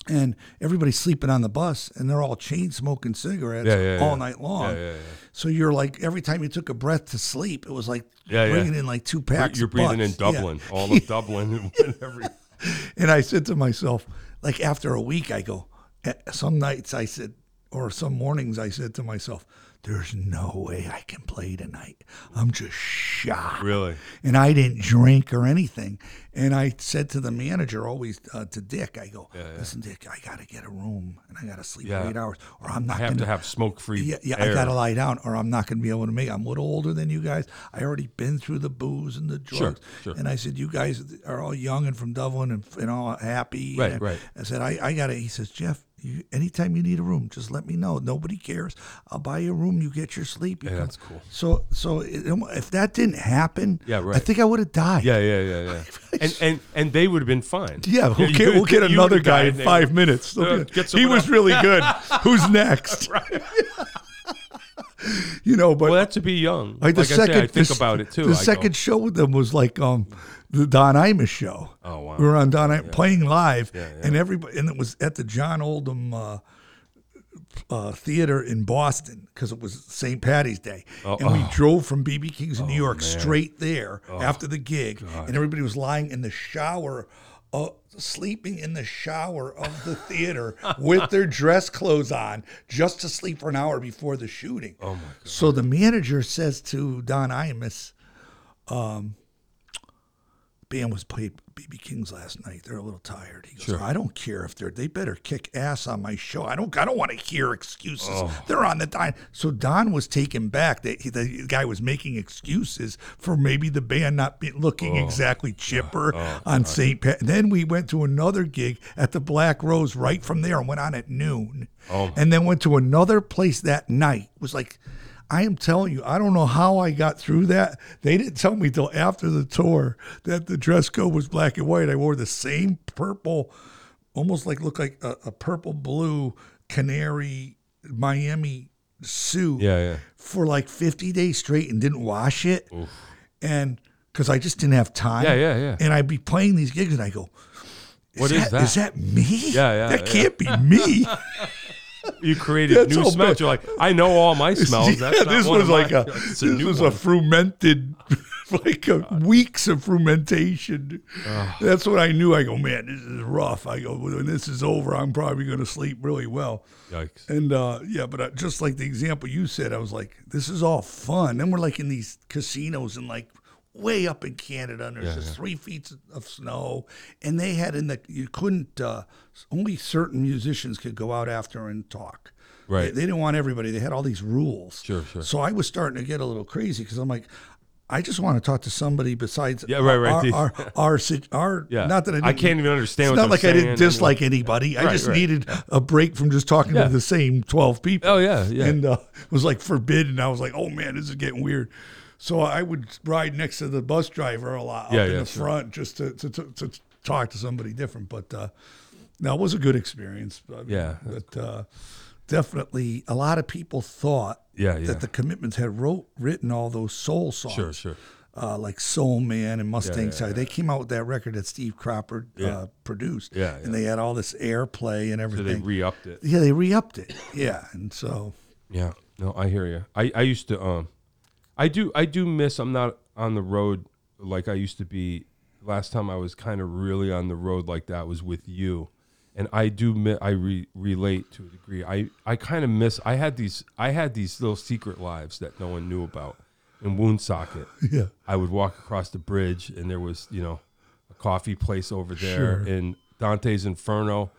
B: and everybody's sleeping on the bus and they're all chain smoking cigarettes
A: Yeah, yeah,
B: all
A: yeah.
B: night long.
A: Yeah, yeah, yeah.
B: So you're like every time you took a breath to sleep, it was like
A: Yeah, yeah.
B: bringing in like two packs.
A: You're
B: of
A: breathing in
B: butts. Yeah.
A: Dublin, all of Dublin, and whatever.
B: And I said to myself, like after a week, I go. eh, Some nights I said, or some mornings I said to myself, "There's no way I can play tonight. I'm just shocked."
A: Really?
B: and I didn't drink or anything. And I said to the manager, always uh, to Dick, I go, "Listen, Dick, I gotta get a room and I gotta sleep
A: Yeah.
B: for eight hours, or I'm not
A: I have
B: gonna."
A: to have smoke-free
B: yeah, yeah,
A: air.
B: I gotta lie down, or I'm not gonna be able to make. I'm a little older than you guys. I already been through the booze and the drugs.
A: sure.
B: And I said, you guys are all young and from Dublin and, and all happy.
A: Right,
B: And
A: right.
B: I said, I, I gotta. He says, Jeff, you, anytime you need a room, just let me know. Nobody cares. I'll buy you a room. You get your sleep. You
A: yeah,
B: come-
A: that's cool.
B: so, so it, if that didn't happen,
A: Yeah, right.
B: I think I would have died.
A: Yeah, yeah, yeah, yeah. and and and they would have been fine.
B: yeah. We'll,
A: you
B: get, we'll
A: would- you
B: get
A: would
B: another
A: have
B: guy
A: died
B: in
A: and they
B: five minutes.
A: Uh,
B: Look at-
A: get
B: he
A: someone
B: was
A: else.
B: really good. Who's next? You know, but
A: Well, that's to be young.
B: like
A: Like,
B: the second,
A: I say, I think
B: the s-
A: about it too.
B: The
A: I go,
B: second show with them was like um, the Don Imus show.
A: Oh, wow.
B: We were on Don Imus playing live,
A: yeah.
B: and everybody, and it was at the John Oldham. Uh, uh, theater in Boston because it was St. Patty's Day,
A: Oh,
B: and we drove from BB King's in New York straight there
A: Oh,
B: after the gig, and everybody was lying in the shower. Uh, sleeping in the shower of the theater with their dress clothes on just to sleep for an hour before the shooting. Oh my God. So the manager says to Don Imus, band was played BB King's last night. They're a little tired. He goes, I don't care if they're they better kick ass on my show. I don't I don't want to hear excuses. They're on the dime. So Don was taken back that he, the guy was making excuses for maybe the band not be looking exactly chipper on St. Pat. Then we went to another gig at the Black Rose right from there and went on at noon.
A: Oh.
B: And then went to another place that night. It was like I am telling you, I don't know how I got through that. They didn't tell me till after the tour that the dress code was black and white. I wore the same purple, almost like looked like a, a purple blue canary Miami suit
A: Yeah, yeah.
B: for like 50 days straight and didn't wash it. And because I just didn't have time.
A: Yeah, yeah, yeah.
B: And I'd be playing these gigs and I go, is
A: What is
B: that? Is that me?
A: Yeah, yeah,
B: That
A: yeah.
B: can't be me.
A: You created
B: That's
A: new
B: all
A: smells.
B: bad.
A: You're like, I know all my smells. That's
B: Yeah,
A: not
B: this
A: one
B: was
A: of
B: like
A: mine.
B: a
A: It's
B: this
A: a new
B: was
A: one.
B: a fermented like uh weeks of fermentation. That's what I knew. I go, man, this is rough. I go, when this is over, I'm probably going to sleep really well.
A: Yikes.
B: And uh, yeah, but uh, just like the example you said, I was like, this is all fun. Then we're like in these casinos and like way up in Canada, and there's just three feet of snow. And they had in the, you couldn't, uh, only certain musicians could go out after and talk.
A: Right.
B: They, they didn't want everybody. They had all these rules.
A: Sure, sure.
B: So I was starting to get a little crazy because I'm like, I just want to talk to somebody besides
A: Yeah, right, right.
B: our, our, our, sit- our-
A: Yeah.
B: not that I,
A: I
B: didn't-
A: can't even understand
B: It's
A: what
B: not
A: they're
B: like I
A: saying and-
B: didn't dislike anybody. I
A: Right,
B: just
A: right.
B: needed a break from just talking
A: Yeah.
B: to the same twelve people.
A: Oh, yeah, yeah.
B: And uh, it was like forbidden. I was like, oh man, this is getting weird. So I would ride next to the bus driver a lot up
A: Yeah,
B: in
A: yeah,
B: the
A: sure.
B: front just to, to, to, to talk to somebody different. But uh, no, it was a good experience. I mean,
A: Yeah.
B: But uh, definitely, a lot of people thought
A: Yeah, yeah.
B: that the commitments had wrote written all those soul songs
A: Sure, sure.
B: uh, like Soul Man and Mustang
A: yeah,
B: Sally. They came out with that record that Steve Cropper uh, produced.
A: Yeah, yeah.
B: And they had all this airplay and
A: So they
B: everything.
A: re upped it.
B: yeah, they re upped it. Yeah. And so,
A: Yeah. No, I hear you. I, I used to um I do I do miss I'm not on the road like I used to be last time I was kind of really on the road like that was with you. And I do mi- I re- relate to a degree. I I kind of miss I had these I had these little secret lives that no one knew about in Woonsocket.
B: yeah.
A: I would walk across the bridge, and there was, you know, a coffee place over there, and Dante's Inferno.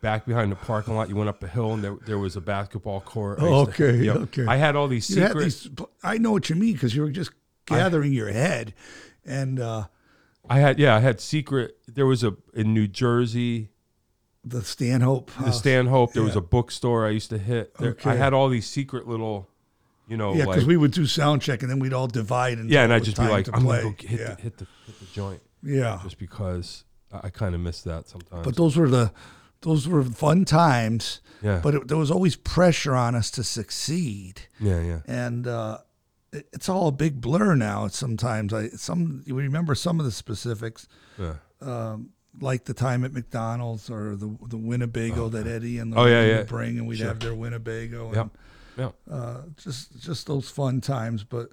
A: Back behind the parking lot, you went up a hill, and there, there was a basketball court. I
B: Oh,
A: used to-
B: okay,
A: yep.
B: okay.
A: I had all these
B: You had
A: secret.
B: these, I know what you mean because you were just gathering your head. And uh,
A: I had yeah, I had secret. There was a in New Jersey,
B: the Stanhope.
A: the
B: House.
A: Stanhope. There was a bookstore I used to hit. There, I
B: Okay.
A: had all these secret little, you know,
B: yeah, because
A: like
B: we would do sound check and then we'd all divide. until
A: yeah, and
B: it
A: I'd
B: was
A: just be
B: time
A: like,
B: to
A: I'm
B: play.
A: gonna go hit,
B: yeah.
A: the, hit the hit the joint
B: yeah.
A: just because I, I kind of miss that sometimes.
B: But those were the those were fun times.
A: Yeah.
B: But it, there was always pressure on us to succeed,
A: yeah, yeah,
B: and uh, it, it's all a big blur now. Sometimes I some you remember some of the specifics,
A: yeah.
B: like the time at McDonald's or the the Winnebago that Eddie and the
A: Oh, yeah,
B: women
A: yeah.
B: would bring, and we'd have their Winnebago.
A: yeah,
B: And,
A: yeah.
B: uh, just just those fun times, but.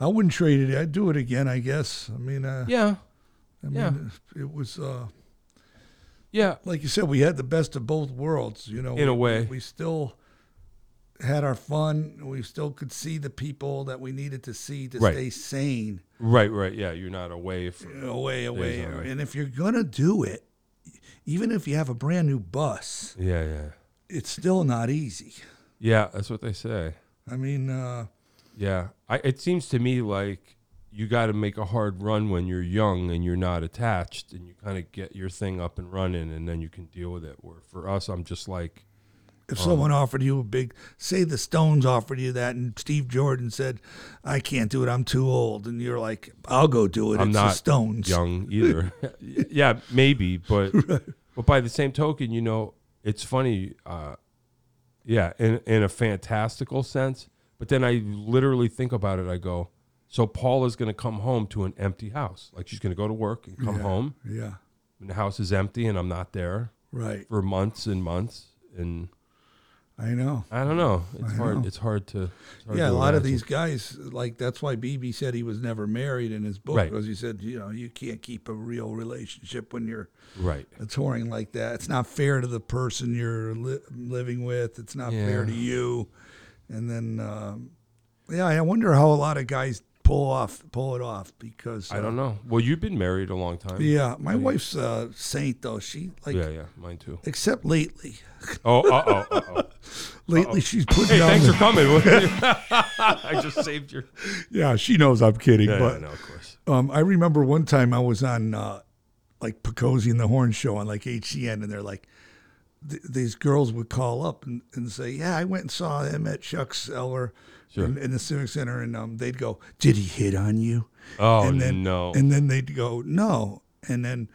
B: I wouldn't trade it. I'd do it again, I guess. I mean, uh,
A: Yeah.
B: I mean,
A: yeah.
B: it was uh,
A: Yeah.
B: like you said, we had the best of both worlds. You know,
A: In a
B: We-
A: way.
B: we still had our fun. We still could see the people that we needed to see to
A: Right.
B: stay sane.
A: Right, right. Yeah, you're not away from
B: Away, away,
A: all right.
B: and if you're gonna do it, even if you have a brand new bus,
A: Yeah, yeah.
B: it's still not easy.
A: Yeah, that's what they say.
B: I mean, uh,
A: Yeah. I it seems to me like you got to make a hard run when you're young and you're not attached and you kind of get your thing up and running and then you can deal with it. Where for us, I'm just like,
B: if
A: Oh.
B: someone offered you a big, say the Stones offered you that, and Steve Jordan said, "I can't do it. I'm too old," and you're like, "I'll go do it."
A: I'm
B: it's
A: not
B: the Stones.
A: young either. yeah, maybe, but but by the same token, you know, it's funny. Uh, yeah, in in a fantastical sense, but then I literally think about it. I go, so Paula's going to come home to an empty house. Like she's going to go to work and come home,
B: Yeah,
A: and the house is empty, and I'm not there
B: right.
A: for months and months. And
B: I know.
A: I don't know. It's hard. It's hard to. it's hard
B: Yeah, a
A: to
B: lot of
A: imagine.
B: these guys, like that's why BB said he was never married in his book
A: Right.
B: because he said, you know, you can't keep a real relationship when you're
A: Right.
B: touring like that. It's not fair to the person you're li- living with. It's not fair
A: Yeah.
B: to you. And then, um, yeah, I wonder how a lot of guys pull off pull it off because
A: I
B: uh,
A: don't know. Well, you've been married a long time.
B: Yeah, my wife's a saint though. She like
A: Yeah, yeah, mine too.
B: except lately.
A: Oh, uh oh, uh oh.
B: Lately, she's putting
A: Hey,
B: on.
A: thanks
B: the-
A: for coming. I just saved your.
B: yeah, she knows I'm kidding,
A: Yeah,
B: but
A: yeah, no, of course.
B: Um, I remember one time I was on uh, like Picozzi and the Horn show on like HCN, and they're like, th- these girls would call up and, and say, "Yeah, I went and saw him at Chuck's Eller in, in the Civic Center," and um, they'd go, "Did he hit on you?"
A: Oh
B: and then
A: no.
B: and then they'd go, "No," and then.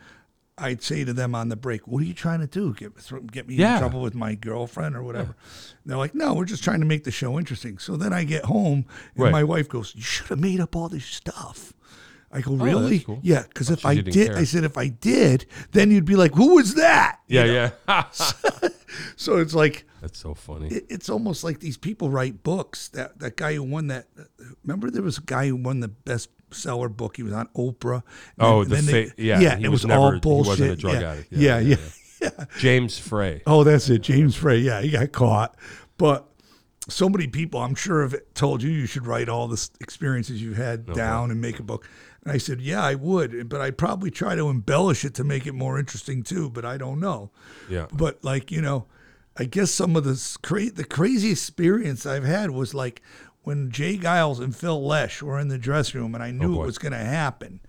B: I'd say to them on the break, "What are you trying to do? Get thro- get me
A: Yeah.
B: in trouble with my girlfriend or whatever?" And they're like, "No, we're just trying to make the show interesting." So then I get home, and
A: Right.
B: my wife goes, "You should have made up all this stuff." I go,
A: Oh, that's
B: really?
A: cool.
B: Yeah, because if
A: she
B: I
A: didn't
B: did,
A: care.
B: I said, if I did, then you'd be like, who was that?
A: Yeah, yeah.
B: So it's like,
A: That's so funny.
B: it, it's almost like these people write books. That that guy who won that, remember there was a guy who won the best seller book. He was on Oprah. And
A: Oh,
B: and
A: the
B: they-
A: fa- yeah,
B: yeah.
A: he
B: It
A: was
B: was, all
A: never- he wasn't
B: bullshit.
A: a drug
B: yeah.
A: addict. Yeah,
B: Yeah,
A: yeah,
B: yeah,
A: James Frey.
B: Oh, that's it, James Frey. Yeah, he got caught, but. So many people, I'm sure, have told you you should write all the s- experiences you've had down and make a book. And I said, Yeah, I would, but I'd probably try to embellish it to make it more interesting too. But I don't know
A: Yeah.
B: but like you know i guess some of the s- cra- the crazy experience i've had was like when jay giles and phil lesh were in the dressing room and i knew
A: Oh, boy.
B: it was going to happen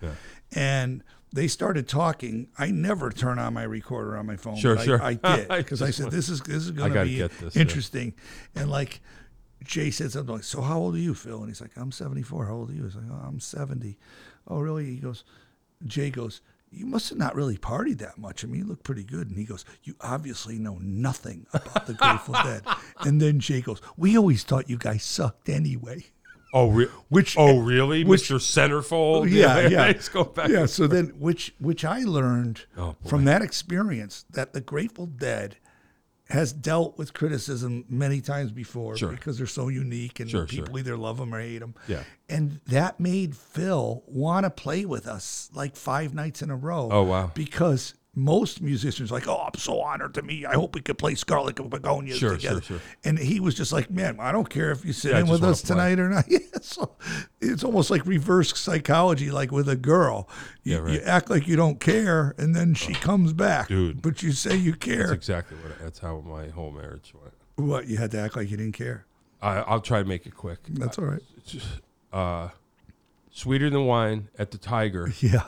B: and they started talking i never turn on my recorder on my phone
A: Sure,
B: but I-
A: sure.
B: i, did
A: I
B: because i,
A: just
B: said
A: want-
B: this is this is
A: I
B: going to
A: gotta
B: be
A: get this, yeah.
B: interesting and like Jay said something like, "So how old are you, Phil?" And he's like, "I'm 74. How old are you?" He's like, oh, "I'm 70." Oh, really? He goes. Jay goes. You must have not really partied that much. I mean, you look pretty good. And he goes, You obviously know nothing about the Grateful Dead. And then Jay goes, We always thought you guys sucked anyway.
A: Oh, re-
B: Which-
A: Oh, really?
B: which- Oh,
A: Mr. Centerfold. Let's go back.
B: Yeah. So then, which which I learned
A: Oh, boy.
B: from that experience that the Grateful Dead has dealt with criticism many times before
A: Sure.
B: because they're so unique and
A: Sure,
B: people
A: sure.
B: either love them or hate them.
A: Yeah.
B: And that made Phil want to play with us like five nights in a row.
A: Oh, wow.
B: Because most musicians are like, oh, I'm so honored to me. I hope we could play Scarlet and Begonia
A: Sure,
B: together.
A: sure, sure.
B: And he was just like, man, I don't care if you sit
A: Yeah, I
B: in
A: just
B: with
A: wanna
B: us
A: play."
B: tonight or not. Yeah, so it's almost like reverse psychology, like with a girl. You,
A: Yeah, right. Oh,
B: you act like you don't care, and then she comes back.
A: dude.
B: But you say you care.
A: That's exactly what. That's how my whole marriage went.
B: what? You had to act like you didn't care.
A: I, I'll try and make it quick.
B: That's all right.
A: Uh, sweeter than wine at the Tiger,
B: Yeah.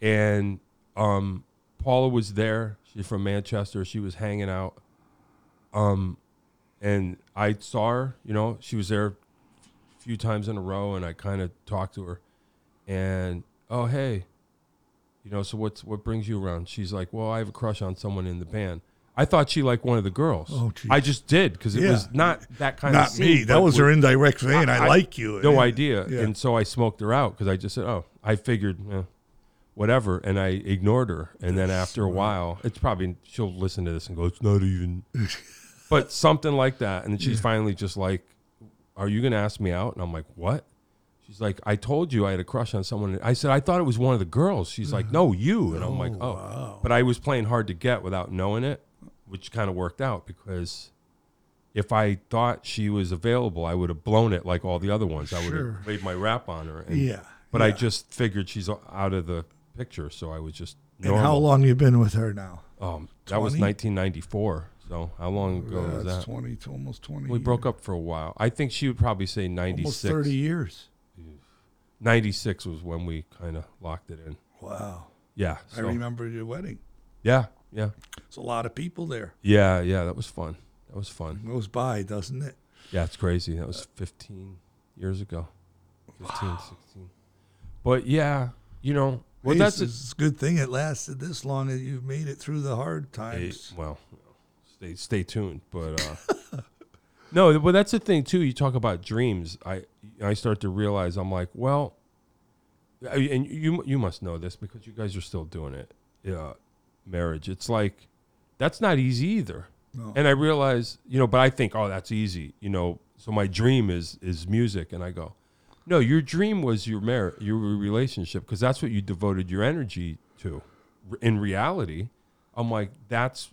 A: and um, Paula was there. She's from Manchester. She was hanging out. Um, and I saw her. You know, she was there a few times in a row, and I kind of talked to her. And oh hey, you know, so what's what brings you around? She's like, well, I have a crush on someone in the band. I thought she liked one of the girls.
B: Oh, geez.
A: I just did because it
B: Yeah.
A: was not that kind of
B: Not
A: scene,
B: me. That
A: but
B: was
A: we-
B: her indirect saying, I,
A: I-
B: like you.
A: no
B: And-
A: idea.
B: Yeah.
A: And so I smoked her out because I just said, oh, I figured, eh, whatever. And I ignored her. And then after a while, it's probably, she'll listen to this and go, it's not even, but something like that. And then she's finally just like, are you going to ask me out? And I'm like, what? She's like, I told you I had a crush on someone. I said, I thought it was one of the girls. She's like,
B: Uh-huh.
A: no, you. And I'm like, oh. But I was playing hard to get without knowing it, which kind of worked out because if I thought she was available, I would have blown it like all the other ones. I would
B: Sure.
A: have laid my rap on her. And,
B: Yeah.
A: But I just figured she's out of the picture. So I was just
B: And how
A: normal.
B: long you been with her now?
A: um, that was
B: 20?
A: 1994. So how long ago was that?
B: That's 20 to almost 20.
A: We broke up for a while. I think she would probably say 96.
B: almost 30 years.
A: 96 was when we kind of locked it in.
B: Wow.
A: Yeah.
B: I
A: So,
B: remember your wedding.
A: yeah. Yeah.
B: It's a lot of people there.
A: Yeah. Yeah. That was fun. That was fun.
B: Goes by, doesn't it?
A: Yeah. It's crazy. That was 15 years ago. 15, 16. But yeah, you know, well,
B: Hey,
A: that's it.
B: it's a good thing it lasted this long and you've made it through the hard times.
A: well, stay, stay tuned. But, uh, no, but that's the thing, too. You talk about dreams. I, I start to realize I'm like, well, I- and you you must know this because you guys are still doing it. Yeah, marriage. It's like that's not easy either.
B: No.
A: And I realize, you know, but I think, oh, that's easy, you know. So my dream is is music, and I go, no, your dream was your marriage, your relationship, because that's what you devoted your energy to. R- In reality, I'm like, that's,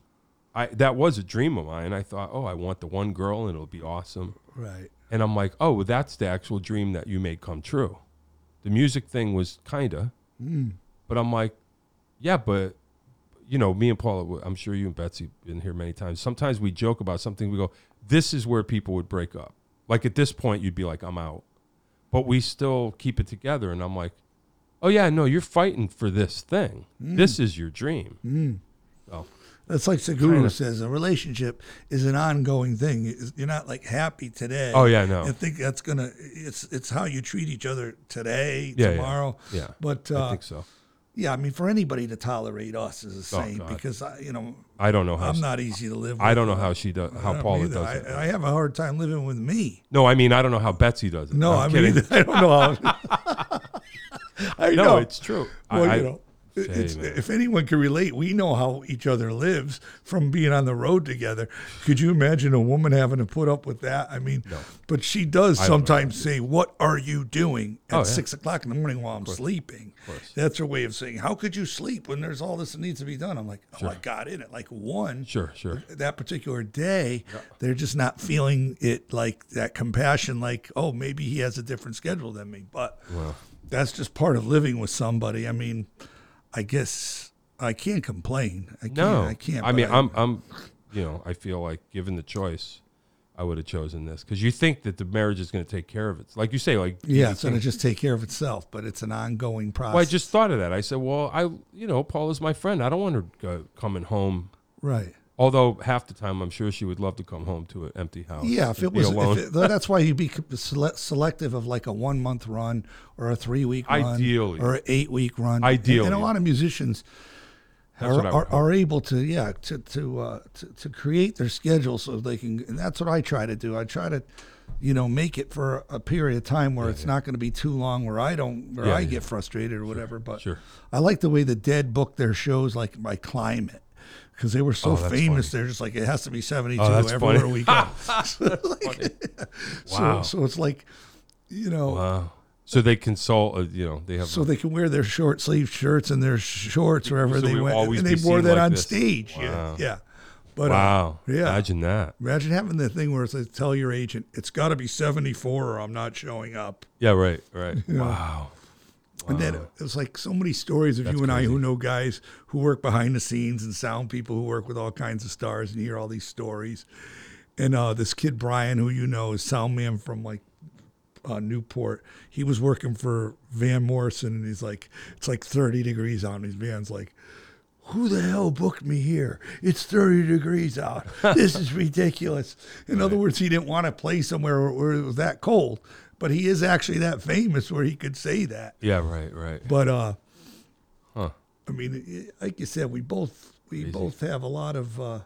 A: I that was a dream of mine. I thought, oh, I want the one girl, and it'll be awesome.
B: Right.
A: And I'm like, oh, well, that's the actual dream that you made come true. The music thing was kinda,
B: Mm.
A: but I'm like, yeah, but you know, me and Paula, w- I'm sure you and Betsy been here many times. Sometimes we joke about something. We go, this is where people would break up. Like at this point, you'd be like, I'm out, but we still keep it together. And I'm like, oh yeah, no, you're fighting for this thing.
B: Mm.
A: This is your dream. So
B: That's like Segura says, a relationship is an ongoing thing. It's- You're not like happy today.
A: Oh, yeah, no.
B: And think that's gonna it's it's how you treat each other today,
A: Yeah, yeah.
B: tomorrow.
A: Yeah.
B: But
A: I
B: uh,
A: think so.
B: yeah, I mean for anybody to tolerate us is a
A: Oh,
B: saint
A: God.
B: because I you know
A: I don't know how.
B: I'm
A: she-
B: not easy to live with.
A: I don't know how she does.
B: I
A: How
B: don't
A: Paula
B: either.
A: does
B: I, uh,
A: it.
B: I have a hard time living with me.
A: No, I mean I don't know how Betsy does it.
B: No,
A: I'm
B: I
A: kidding.
B: mean I don't know how I
A: No,
B: know.
A: it's true. I-
B: Well, you
A: I-
B: know, it-
A: Hey,
B: it's,
A: man.
B: if anyone can relate, we know how each other lives from being on the road together. Could you imagine a woman having to put up with that? I mean, but she does sometimes say, "What are you doing at
A: Oh, yeah.
B: six o'clock in the morning while I'm sleeping?" That's her way of saying, "How could you sleep when there's all this that needs to be done?" I'm like, "Oh, I got in at like one."
A: Sure, sure.
B: that particular day, they're just not feeling it like that compassion, like, oh, maybe he has a different schedule than me. But that's just part of living with somebody. I mean, I guess I can't complain. I can't.
A: No,
B: I can't.
A: I
B: but
A: mean, I, am I'm, you know, I feel like given the choice, I would have chosen this because you think that the marriage is going to take care of it. Like you say, like
B: Yeah, it's going to just take care of itself, but it's an ongoing process.
A: Well, I just thought of that. I said, well, I, you know, Paula's my friend. I don't want her go, coming home.
B: right.
A: Although half the time, I'm sure she would love to come home to an empty house.
B: Yeah, if
A: and
B: it
A: be
B: was,
A: alone.
B: if it, that's why you'd be sele- selective of like a one month run or a three week run,
A: Ideally.
B: or an eight week run.
A: Ideally.
B: and, a lot of musicians
A: what
B: are,
A: I would
B: are,
A: hope.
B: are able to yeah to to, uh, to to create their schedule so they can. And that's what I try to do. I try to, you know, make it for a period of time where it's not going to be too long, where I don't, where
A: Yeah,
B: I
A: yeah.
B: get frustrated or whatever. But
A: sure.
B: I like the way the Dead booked their shows like by climate. Because they were so
A: Oh, that's
B: famous, they're just like it has to be seventy-two
A: Oh, that's
B: everywhere
A: funny.
B: we go.
A: Wow.
B: So, so it's like, you know,
A: Wow. So they consult. Uh, you know, they have.
B: so they can wear their short sleeve shirts and their shorts wherever
A: So
B: they
A: we'll
B: went,
A: always
B: and
A: be
B: they wore
A: seen
B: that
A: like
B: on
A: this.
B: stage.
A: Wow.
B: Yeah, yeah. But uh,
A: wow.
B: yeah.
A: Imagine that.
B: imagine having the thing where it's like, tell your agent it's got to be seventy four or I'm not showing up.
A: Yeah. Right. Right. Wow.
B: And then it's like so many stories of you and I who know guys who work behind the scenes and sound people who work with all kinds of stars and hear all these stories. And uh, this kid Brian, who you know is sound man from like uh, Newport, he was working for Van Morrison, and he's like, it's like thirty degrees out, and his van's like. Who the hell booked me here? It's 30 degrees out. This is ridiculous. In other words, he didn't want to play somewhere where it was that cold, but he is actually that famous where he could say that.
A: Yeah. Right. Right.
B: But uh,
A: Huh.
B: I mean, it- like you said, we both we both have a lot of uh,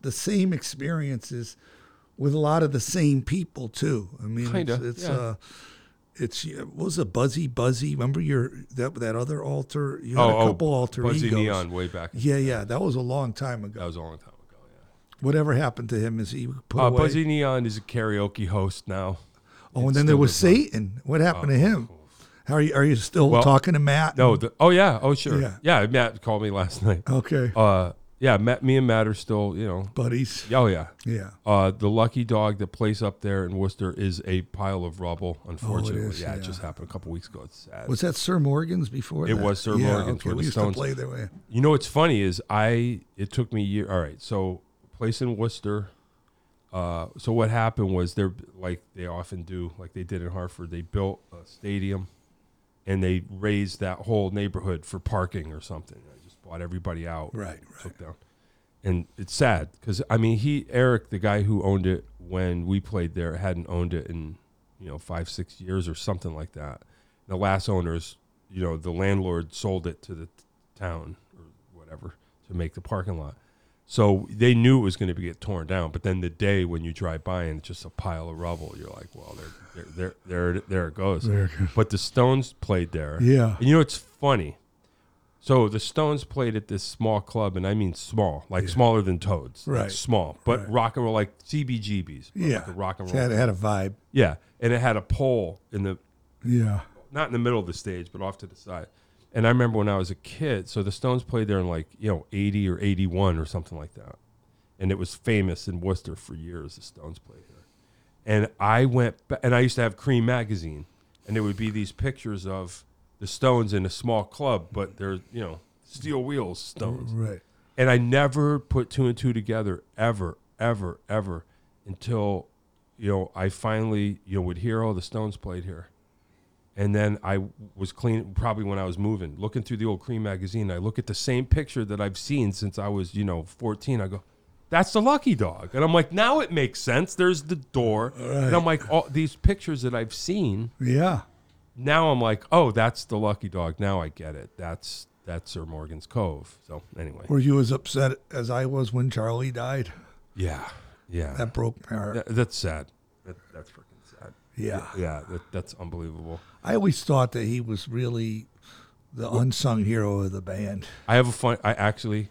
B: the same experiences with a lot of the same people too. I mean, it's,
A: Kinda,
B: it's
A: yeah.
B: uh, it's what was a buzzy buzzy. Remember your that that other altar? You had
A: Oh,
B: a
A: oh,
B: couple alter
A: Buzzy
B: egos.
A: Neon way back.
B: Yeah, yeah, that was a long time ago.
A: That was a long time ago. Yeah.
B: Whatever happened to him is he put
A: Uh,
B: away.
A: Buzzy Neon is a karaoke host now.
B: oh, and then there
A: still
B: was
A: is on.
B: Satan. What happened to him? How are you? Are you still talking to Matt?
A: No. The, oh yeah. Oh sure.
B: Yeah.
A: yeah. Matt called me last night.
B: Okay,
A: Uh. Yeah. Matt. Me and Matt are still. You know.
B: buddies.
A: Oh yeah.
B: Yeah.
A: Uh, the lucky dog that plays up there in Worcester is a pile of rubble. Unfortunately,
B: is,
A: yeah,
B: yeah.
A: Oh, it just happened a couple weeks ago. It's sad.
B: Was that Sir Morgan's before?
A: It
B: that?
A: was Sir
B: yeah,
A: Morgan's
B: Okay,
A: where
B: we
A: the
B: used
A: Stones-
B: to play there. yeah.
A: you know what's funny is I it took me a year. All right, so place in Worcester. Uh, so what happened was they're like they often do, like they did in Hartford. They built a stadium, and they raised that whole neighborhood for parking or something. I just bought everybody out.
B: Right,
A: and Took down, and it's sad because I mean he Eric, the guy who owned it when we played there, hadn't owned it in you know five six years or something like that. The last owners, you know, the landlord sold it to the t- town or whatever to make the parking lot. So they knew it was going to be get torn down, but then the day when you drive by and it's just a pile of rubble, you're like, "Well, there, there, there, there, there it goes." But the Stones played there.
B: Yeah.
A: and you know it's funny. So the Stones played at this small club, and I mean small, like smaller than Toads, like
B: Right.
A: small, but rock and roll, like CBGBs, but
B: Yeah,
A: like a rock and
B: It
A: roll,
B: had, had a vibe.
A: yeah. And it had a pole in the
B: Yeah,
A: not in the middle of the stage, but off to the side. And I remember when I was a kid, so the Stones played there in like, you know, 80 or 81 or something like that. And it was famous in Worcester for years, the Stones played here. And I went, ba- and I used to have Cream Magazine, and there would be these pictures of the Stones in a small club, but they're, you know, steel wheels Stones.
B: right.
A: And I never put two and two together ever, ever, ever until, you know, I finally, you know, would hear, oh, the Stones played here. And then I was clean, probably when I was moving, looking through the old Cream magazine. I look at the same picture that I've seen since I was, you know, 14. I go, that's the lucky dog. And I'm like, now it makes sense. There's the door. And I'm like, all these pictures that I've seen,
B: Yeah,
A: now I'm like, oh, that's the lucky dog. Now I get it. That's that's Sir Morgan's Cove. So anyway.
B: were you as upset as I was when Charlie died?
A: Yeah, yeah.
B: That broke my heart.
A: That- that's sad. That, that's freaking sad.
B: yeah,
A: Yeah, that, that's unbelievable.
B: I always thought that he was really the unsung hero of the band.
A: I have a fun. I actually,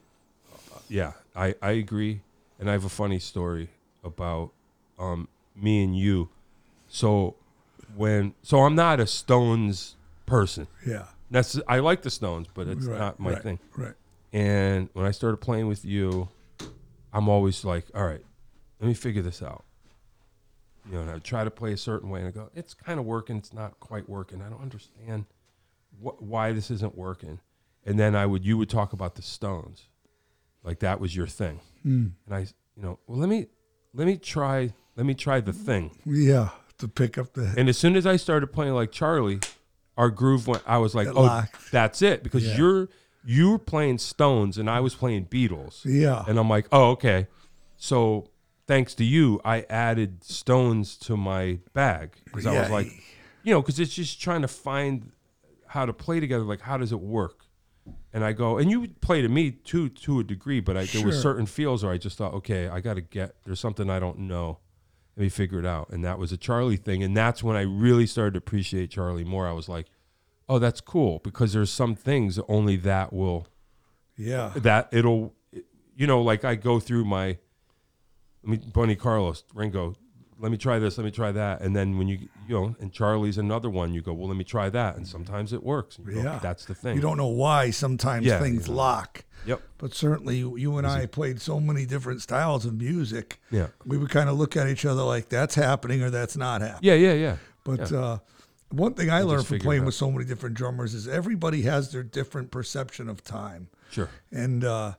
A: uh, yeah, I I agree, and I have a funny story about um me and you. So when so I'm not a Stones person.
B: Yeah,
A: That's I like the Stones, but it's not my
B: right,
A: thing.
B: Right.
A: And when I started playing with you, I'm always like, all right, let me figure this out. You know, and I try to play a certain way, and I go, it's kind of working, it's not quite working. I don't understand wh- why this isn't working. And then I would, you would talk about the Stones, like that was your thing. And I, you know, well, let me, let me try, let me try the thing.
B: Yeah, to pick up the
A: And as soon as I started playing like Charlie, our groove went. I was like,
B: It
A: "Oh,
B: locked.
A: that's it," because
B: Yeah.
A: you're you were playing Stones and I was playing Beatles,
B: yeah.
A: and I'm like, "Oh, okay." So thanks to you, I added Stones to my bag because I was
B: Yeah.
A: like, you know, because it's just trying to find how to play together. Like, how does it work? And I go, and you would play to me too, to a degree, but I, there were
B: Sure.
A: certain feels where I just thought, okay, I got to get, there's something I don't know. Let me figure it out. And that was a Charlie thing. And that's when I really started to appreciate Charlie more. I was like, oh, that's cool because there's some things that only that will,
B: yeah.
A: that it'll, you know, like I go through my, let me, Bunny Carlos, Ringo, let me try this, let me try that. And then when you, you know, and Charlie's another one, you go, well, let me try that. And sometimes it works. And you go,
B: Yeah.
A: That's the thing.
B: You don't know why sometimes
A: Yeah,
B: things
A: yeah.
B: lock.
A: Yep.
B: But certainly, you and I played so many different styles of music.
A: Yeah.
B: We would kind of look at each other like, that's happening or that's not happening.
A: Yeah, yeah, yeah.
B: But uh, one thing I learned from
A: figure it
B: playing
A: out.
B: with so many different drummers is everybody has their different perception of time.
A: Sure.
B: And uh,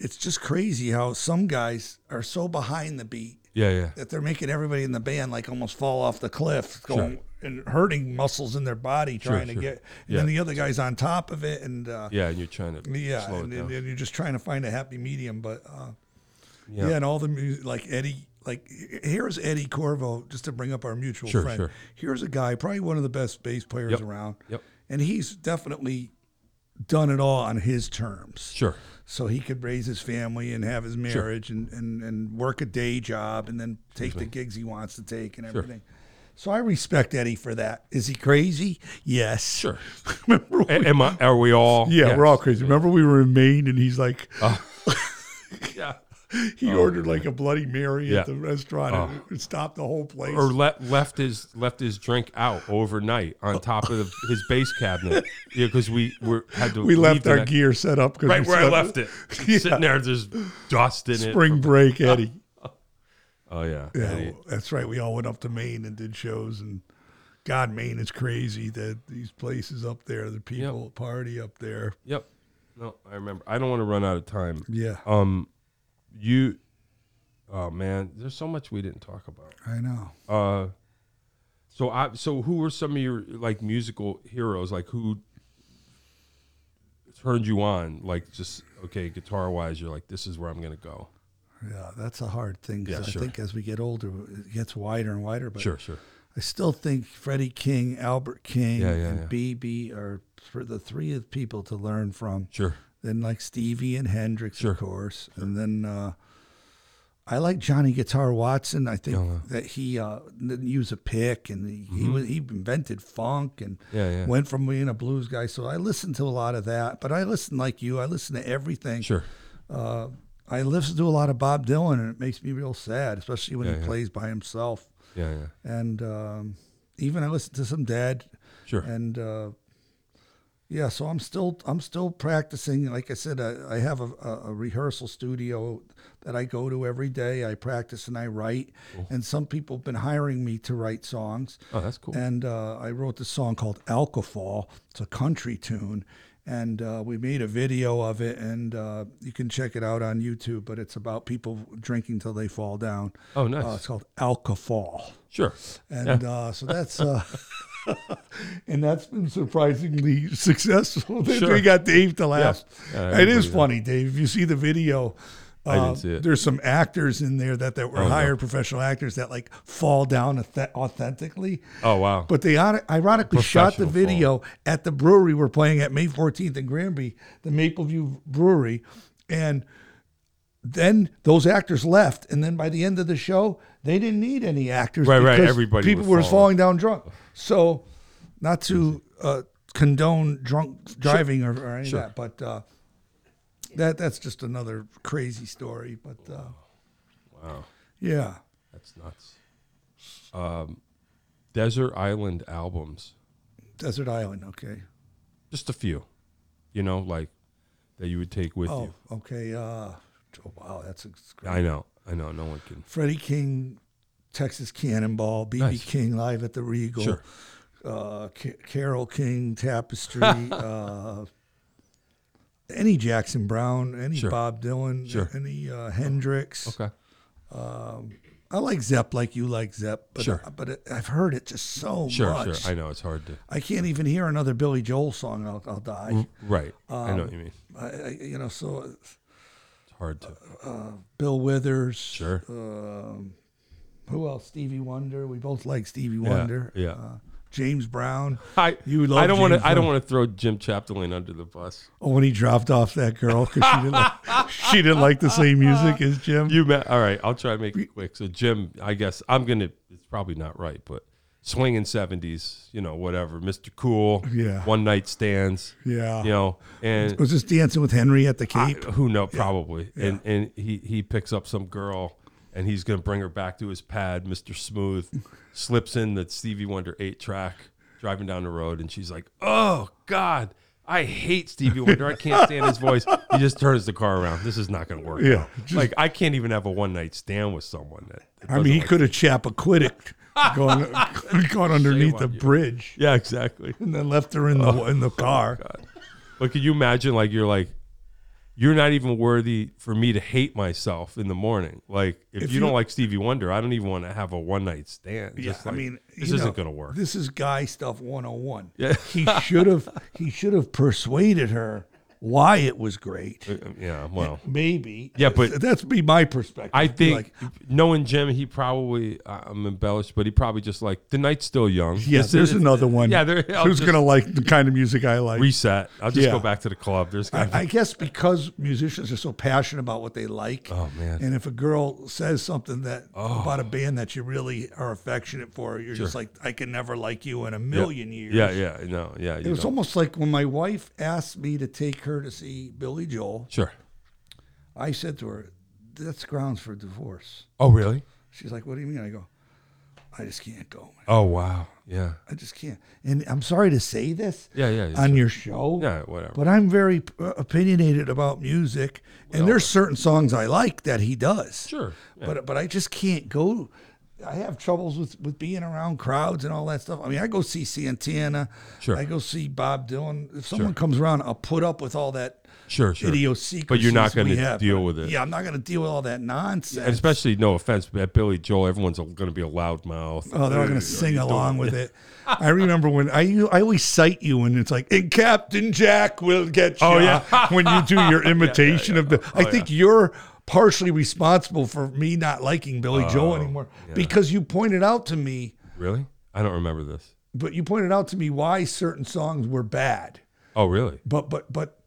B: it's just crazy how some guys are so behind the beat
A: Yeah, yeah.
B: that they're making everybody in the band like almost fall off the cliff, going and hurting muscles in their body trying
A: sure.
B: to get. And
A: Yeah.
B: then the other guy's on top of it, and uh,
A: Yeah, and you're trying to
B: yeah,
A: slow it
B: and,
A: down.
B: and, and you're just trying to find a happy medium. But uh,
A: Yeah.
B: yeah. and all the music, like Eddie, like h- here's Eddie Corvo, just to bring up our mutual
A: Sure,
B: friend.
A: sure.
B: Here's a guy, probably one of the best bass players
A: Yep,
B: around.
A: yep.
B: And he's definitely done it all on his terms
A: sure.
B: so he could raise his family and have his marriage and, and, and work a day job and then take the gigs he wants to take and everything. So I respect Eddie for that. Is he crazy? Yes. Sure. Remember
A: A- Am I, are we all?
B: yeah,
A: yes.
B: we're all crazy. Remember we were in Maine and he's like
A: Yeah.
B: he ordered like a Bloody Mary
A: Oh, Yeah. Oh.
B: at the restaurant and it stopped the whole place.
A: Or le- left his left his drink out overnight on top of his base cabinet. Yeah, because we were had to.
B: we
A: leave
B: left
A: the
B: our
A: next-
B: gear set up 'cause
A: right
B: we
A: where I
B: slept-
A: left it, sitting there, there's dust in it.
B: Spring break, Eddie.
A: Oh yeah.
B: Yeah,
A: Eddie.
B: well, that's right. We all went up to Maine and did shows, and God, Maine is crazy. That these places up there, the people party up there.
A: Yep. No, I remember. I don't want to run out of time.
B: Yeah,
A: Um, you. Oh man, there's so much we didn't talk about.
B: I know.
A: Uh, so I so who were some of your like musical heroes? Like who turned you on? Like just okay, guitar wise, you're like this is where I'm gonna go.
B: Yeah, that's a hard thing. 'cause
A: Yeah,
B: I
A: sure.
B: think as we get older, it gets wider and wider. But
A: Sure, sure.
B: I still think Freddie King, Albert King,
A: Yeah, yeah,
B: and
A: yeah.
B: BB are for the three of people to learn from.
A: Sure.
B: Then like Stevie and Hendrix,
A: Sure.
B: of course, and then uh, I like Johnny Guitar Watson. I
A: Oh,
B: think that he uh, didn't use a pick, and he he, was, he invented funk and
A: Mm-hmm. Yeah, yeah.
B: went from being a blues guy. So I listen to a lot of that, but I listen like you. I listen to everything.
A: Sure.
B: Uh, I listen to a lot of Bob Dylan, and it makes me real sad, especially when he plays by himself.
A: Yeah, yeah.
B: And um, even I listen to some Dad
A: Sure.
B: and uh, yeah, so I'm still I'm still practicing. Like I said, I, I have a, a, a rehearsal studio that I go to every day. I practice and I write. And some people have been hiring me to write songs.
A: Oh, that's cool.
B: And uh, I wrote this song called Alcohol. It's a country tune. And uh, we made a video of it, and uh, you can check it out on YouTube. But it's about people drinking till they fall down.
A: Oh, nice.
B: Uh, it's called Alcohol
A: Sure.
B: and uh, so that's uh, and that's been surprisingly successful.
A: Sure.
B: We got Dave to laugh.
A: Yeah,
B: it is
A: everybody-
B: funny, Dave. If you see the video, uh,
A: didn't see it. Oh,
B: there's some actors in there that that were
A: no.
B: hired professional actors that like fall down authe- authentically.
A: Oh wow.
B: But they ir- ironically shot the
A: Professional
B: video at the brewery we're playing at May 14th in Granby, the Mapleview Brewery. And then those actors left. And then by the end of the show, they didn't need any actors.
A: Right, right,
B: because
A: everybody
B: People
A: was
B: were
A: falling.
B: falling down drunk. So, not to uh, condone drunk driving or, or any of that, but uh, that that's just another crazy story. But uh,
A: Wow,
B: yeah,
A: that's nuts. Um, Desert Island albums,
B: Desert Island. Okay.
A: just a few, you know, like that you would take with
B: Oh,
A: you.
B: okay. Uh, oh, wow, that's a that's great.
A: I know, I know, no one can.
B: Freddie King, Texas Cannonball, BB
A: Nice.
B: King live at the Regal,
A: Sure.
B: uh, Ca Carol King, Tapestry, uh, any Jackson Brown, any
A: Sure.
B: Bob Dylan,
A: Sure.
B: any uh, Hendrix.
A: Okay,
B: I like Zepp like you like Zepp, but uh,
A: Sure.
B: but it, I've heard it just so
A: sure,
B: much.
A: sure. I know it's hard to.
B: I can't even hear another Billy Joel song. I'll, I'll die.
A: Right, I know
B: Um,
A: what you mean.
B: I, I, you know, so
A: It's hard to.
B: uh, Bill Withers.
A: Sure.
B: Um, who else? Stevie Wonder. We both like Stevie
A: Yeah,
B: Wonder.
A: yeah.
B: Uh, James Brown.
A: I
B: You love
A: I don't want
B: James
A: to. I don't
B: Brown.
A: want to throw Jim Chapdelaine under the bus.
B: Oh, when he dropped off that girl because she didn't like, she didn't like the same music as Jim.
A: You met. All right, I'll try to make it quick. So Jim, I guess I'm gonna. It's probably not right, but swinging seventies. You know, whatever. Mister Cool.
B: Yeah.
A: One night stands.
B: yeah.
A: You know, and
B: Was this dancing with Henry at the
A: I-
B: Cape?
A: who knows? Probably. And and he he picks up some girl, and he's gonna bring her back to his pad. Mister Smooth slips in the Stevie Wonder eight track, driving down the road, and she's like, "Oh God." I hate Stevie Wonder. I can't stand his voice. He just turns the car around. This is not going to work.
B: Yeah,
A: out. like I can't even have a one night stand with someone that. that
B: I mean, he
A: doesn't like-
B: could have Chappaquiddick gone gone underneath
A: on
B: the
A: you.
B: bridge
A: Yeah, Oh, exactly.
B: and then left her in the in the car.
A: But could you imagine? Like you're like, you're not even worthy for me to hate myself in the morning. Like if,
B: If
A: you, don't
B: you-
A: like Stevie Wonder, I don't even want to have a one night stand.
B: Yeah,
A: Just
B: I
A: like,
B: mean,
A: this
B: you
A: isn't
B: know,
A: going to work.
B: This is guy stuff 101.
A: Yeah.
B: he should have he should have persuaded her why it was great.
A: Uh, yeah, well,
B: Maybe.
A: Yeah, but-
B: that's be my perspective.
A: I
B: Be
A: think
B: like,
A: knowing Jim, he probably I'm embellished, but he probably just like the night's still young.
B: yeah,
A: This is-
B: there's another one.
A: Yeah, there. I'll
B: who's
A: just
B: gonna like the kind of music I like?
A: reset? I'll just go
B: Yeah.
A: back to the club. There's got
B: I, I guess because musicians are so passionate about what they like.
A: Oh, man. Oh.
B: And if a girl says something that about a band that you really are affectionate for, you're just like, I can never like you in a million years.
A: yeah, yeah, no, yeah.
B: It
A: You
B: was
A: don't.
B: almost like when my wife asked me to take her to see Billy Joel,
A: Sure.
B: I said to her, That's grounds for divorce.
A: Oh, really?
B: She's like, What do you mean? I go, I just can't go, man.
A: Oh, wow. Yeah.
B: I just can't. And I'm sorry to say this
A: Yeah, yeah, yeah,
B: on your show.
A: Yeah, whatever.
B: But I'm very uh, opinionated about music, and there's certain songs I like that he does.
A: Sure, yeah.
B: But but I just can't go. I have troubles with, with being around crowds and all that stuff. I mean, I go see Santana.
A: Sure.
B: I go see Bob Dylan. If someone comes around, I'll put up with all that
A: Sure, sure.
B: idiosyncrasies
A: But you're not
B: we
A: gonna
B: have.
A: deal with it.
B: Yeah, I'm not going to deal with all that nonsense.
A: And especially, no offense, but at Billy Joel, everyone's going to be a loudmouth.
B: Oh, they're all going to sing along with it. I remember when I you- I always cite you and it's like, and Captain Jack will get you.
A: Oh, yeah.
B: when you do your imitation of the. I
A: Oh,
B: think you're partially responsible for me not liking Billy
A: Oh,
B: Joel anymore because you pointed out to me,
A: Really? I don't remember this.
B: but you pointed out to me why certain songs were bad.
A: Oh, really?
B: But but but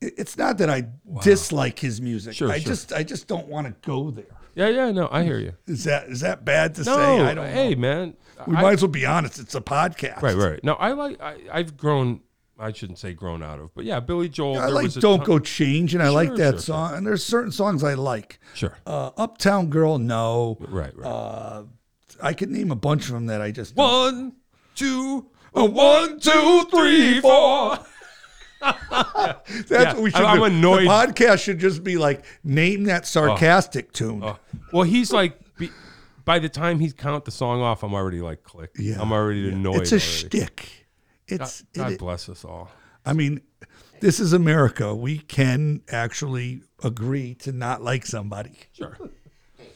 B: it- it's not that I dislike his music.
A: Sure,
B: I
A: sure.
B: just I just don't want to go there.
A: Yeah, yeah, no, I hear you.
B: Is that is that bad to
A: No,
B: say? I don't
A: hey,
B: know.
A: man.
B: We
A: I-
B: might as well be honest. It's a podcast.
A: right, right. No, I like, I, I've grown, I shouldn't say grown out of, but yeah, Billy Joel.
B: I
A: there
B: like
A: was a
B: Don't
A: ton-
B: Go Change, and I like
A: Sure,
B: that
A: sure,
B: song. And there's certain songs I like.
A: Sure.
B: Uh, Uptown Girl, no.
A: Right, right.
B: Uh, I could name a bunch of them that I just. don't-
A: one, two, uh, one, two, three, four.
B: That's
A: yeah,
B: what we should
A: I'm
B: do.
A: annoyed. Oh.
B: The podcast should just be like, name that sarcastic tune.
A: Well, he's like, be, by the time he count the song off, I'm already like, click.
B: Yeah,
A: I'm already annoyed.
B: it's a
A: already.
B: shtick. It's.
A: God
B: it-
A: bless us all.
B: I mean, this is America. We can actually agree to not like somebody.
A: Sure.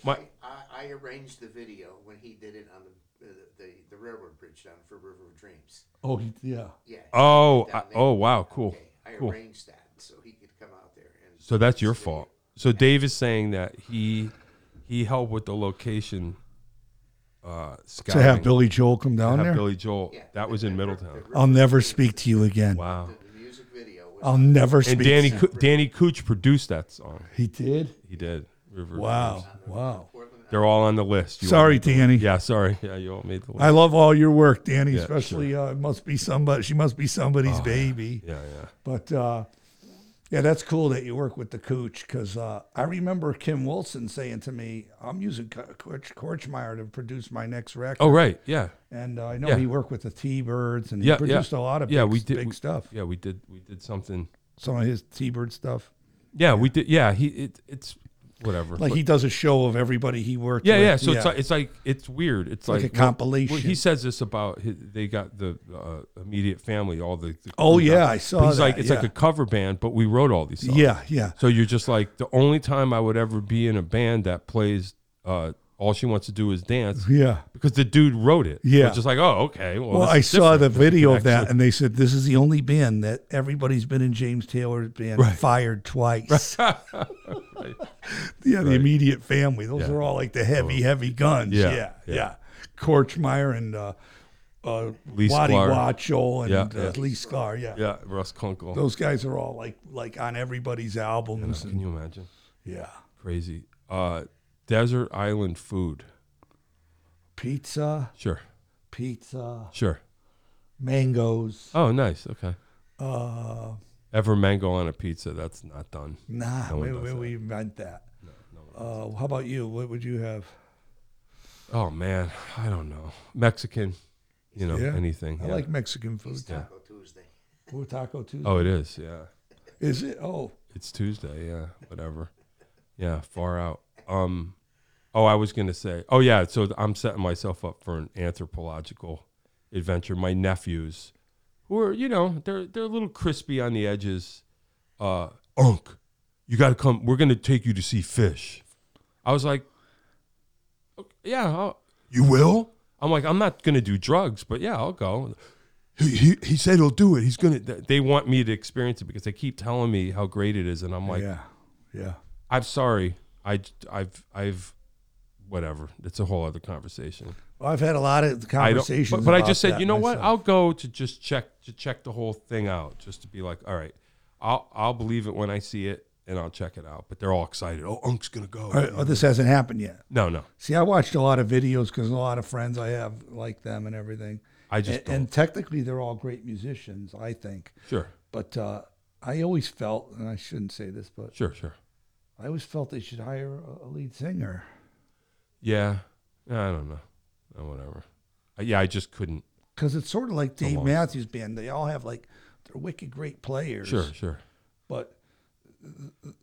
A: My,
C: I, I arranged the video when he did it on the, uh, the the railroad bridge down for River of Dreams.
B: Oh yeah.
C: Yeah.
A: oh,
C: down
A: I,
C: there.
A: oh, wow, cool,
C: Okay, I
A: cool.
C: arranged that so he could come out there and.
A: So that's your fault. So Dave is saying that he he helped with the location uh,
B: To have
A: scouting.
B: Billy Joel come down
A: have
B: there.
A: Billy Joel.
C: Yeah.
A: That was in Middletown.
B: I'll never speak to you again.
A: Wow.
C: The music video was.
A: Oh,
B: I'll never speak.
A: And Danny
B: to you.
A: Coo- Danny Cooch produced that song.
B: He did.
A: He did. River.
B: Wow. Wow.
C: Portland
A: They're all on the list. You
B: Sorry,
A: all-
B: Danny.
A: Yeah, sorry. Yeah, you all made the list.
B: I love all your work, Danny.
A: Yeah, Oh,
B: especially uh, it must be somebody. She must be somebody's baby.
A: yeah, yeah.
B: But uh, yeah, that's cool that you work with the cooch because uh, I remember Kim Wilson saying to me, "I'm using Co- Coach Korchmeyer to produce my next record."
A: Oh, right. Yeah.
B: and uh, I know
A: yeah.
B: he worked with the T-Birds and he
A: Yeah, yeah.
B: produced a lot of
A: yeah,
B: big,
A: we did
B: big
A: we-
B: stuff.
A: Yeah, we did. We did something.
B: Some of his T-Bird stuff.
A: Yeah, we did. Yeah, he. It, it's whatever.
B: Like
A: but-
B: he does a show of everybody he worked
A: yeah,
B: with.
A: yeah. So It's, like, it's like it's weird. It's
B: Like
A: like,
B: a
A: well- Well,
B: compilation.
A: he says this about his, they got the uh, immediate family, all the. the
B: Oh,
A: crew
B: yeah,
A: down.
B: I saw
A: But he's
B: that,
A: like it's like
B: yeah.
A: a cover band, but we wrote all these. Songs.
B: yeah, yeah.
A: So you're just like the only time I would ever be in a band that plays uh, all she wants to do is dance
B: Yeah.
A: because the dude wrote it. So
B: Yeah.
A: it's just like oh okay. Well,
B: Well,
A: this
B: I
A: is
B: saw
A: different.
B: the video of that,
A: actually-
B: and they said this is the only band that everybody's been in James Taylor's band fired twice. Yeah, the immediate family; those
A: Yeah.
B: are all like the heavy, heavy guns.
A: Yeah,
B: Yeah, yeah.
A: yeah.
B: Korchmeyer and uh, uh,
A: Lee
B: Waddy
A: Sklar.
B: Watchell and
A: Yeah,
B: uh,
A: yeah.
B: Lee Sklar. Yeah.
A: Yeah, Russ Kunkel.
B: those guys are all like like on everybody's albums.
A: Can you imagine?
B: and, yeah.
A: Crazy. Uh, desert island food.
B: pizza,
A: Sure,
B: pizza,
A: sure.
B: mangoes.
A: Oh, nice. Okay.
B: Uh,
A: Ever mango on a pizza? That's not done.
B: nah,
A: No one
B: we,
A: does
B: we,
A: that.
B: we invent that. uh, how about you? What would you have?
A: Oh man, I don't know. Mexican, you know
B: Yeah.
A: anything?
B: I
A: yeah. uh,
B: like Mexican food.
C: Taco Tuesday.
B: Ooh, Taco Tuesday.
A: Oh, it is. Yeah,
B: Is it? Oh,
A: it's Tuesday. Yeah, whatever. Yeah, far out. Um, oh, I was gonna say. Oh yeah, so I'm setting myself up for an anthropological adventure. My nephews, who are you know they're they're a little crispy on the edges. Uh, Unc, you got to come. We're gonna take you to see fish. I was like, "Okay, yeah, I'll, you will. I'm like, I'm not gonna do drugs, but yeah, I'll go. He, he, he said he'll do it. He's gonna. th- They want me to experience it because they keep telling me how great it is, and I'm like,
B: yeah, yeah.
A: I'm sorry. I I've I've whatever. It's a whole other conversation.
B: Well, I've had a lot of
A: I don't.
B: conversations.
A: But, but I
B: about
A: just said,
B: that
A: you know what?
B: myself.
A: I'll go to just check to check the whole thing out, just to be like, all right, I'll I'll believe it when I see it, and I'll check it out. But they're all excited. Oh, Unk's gonna go.
B: All right, oh, this hasn't happened yet.
A: No, no.
B: See, I watched a lot of videos because a lot of friends I have like them and everything.
A: I just
B: and,
A: don't.
B: and technically they're all great musicians, I think.
A: Sure,
B: But uh, I always felt, and I shouldn't say this, but
A: sure, sure.
B: I always felt they should hire a- a lead singer.
A: Yeah, I don't know. Uh, whatever. Uh, Yeah, I just couldn't.
B: because it's sort of like Dave
A: long-
B: Matthews Band. They all have like they're wicked great players,
A: Sure, sure.
B: but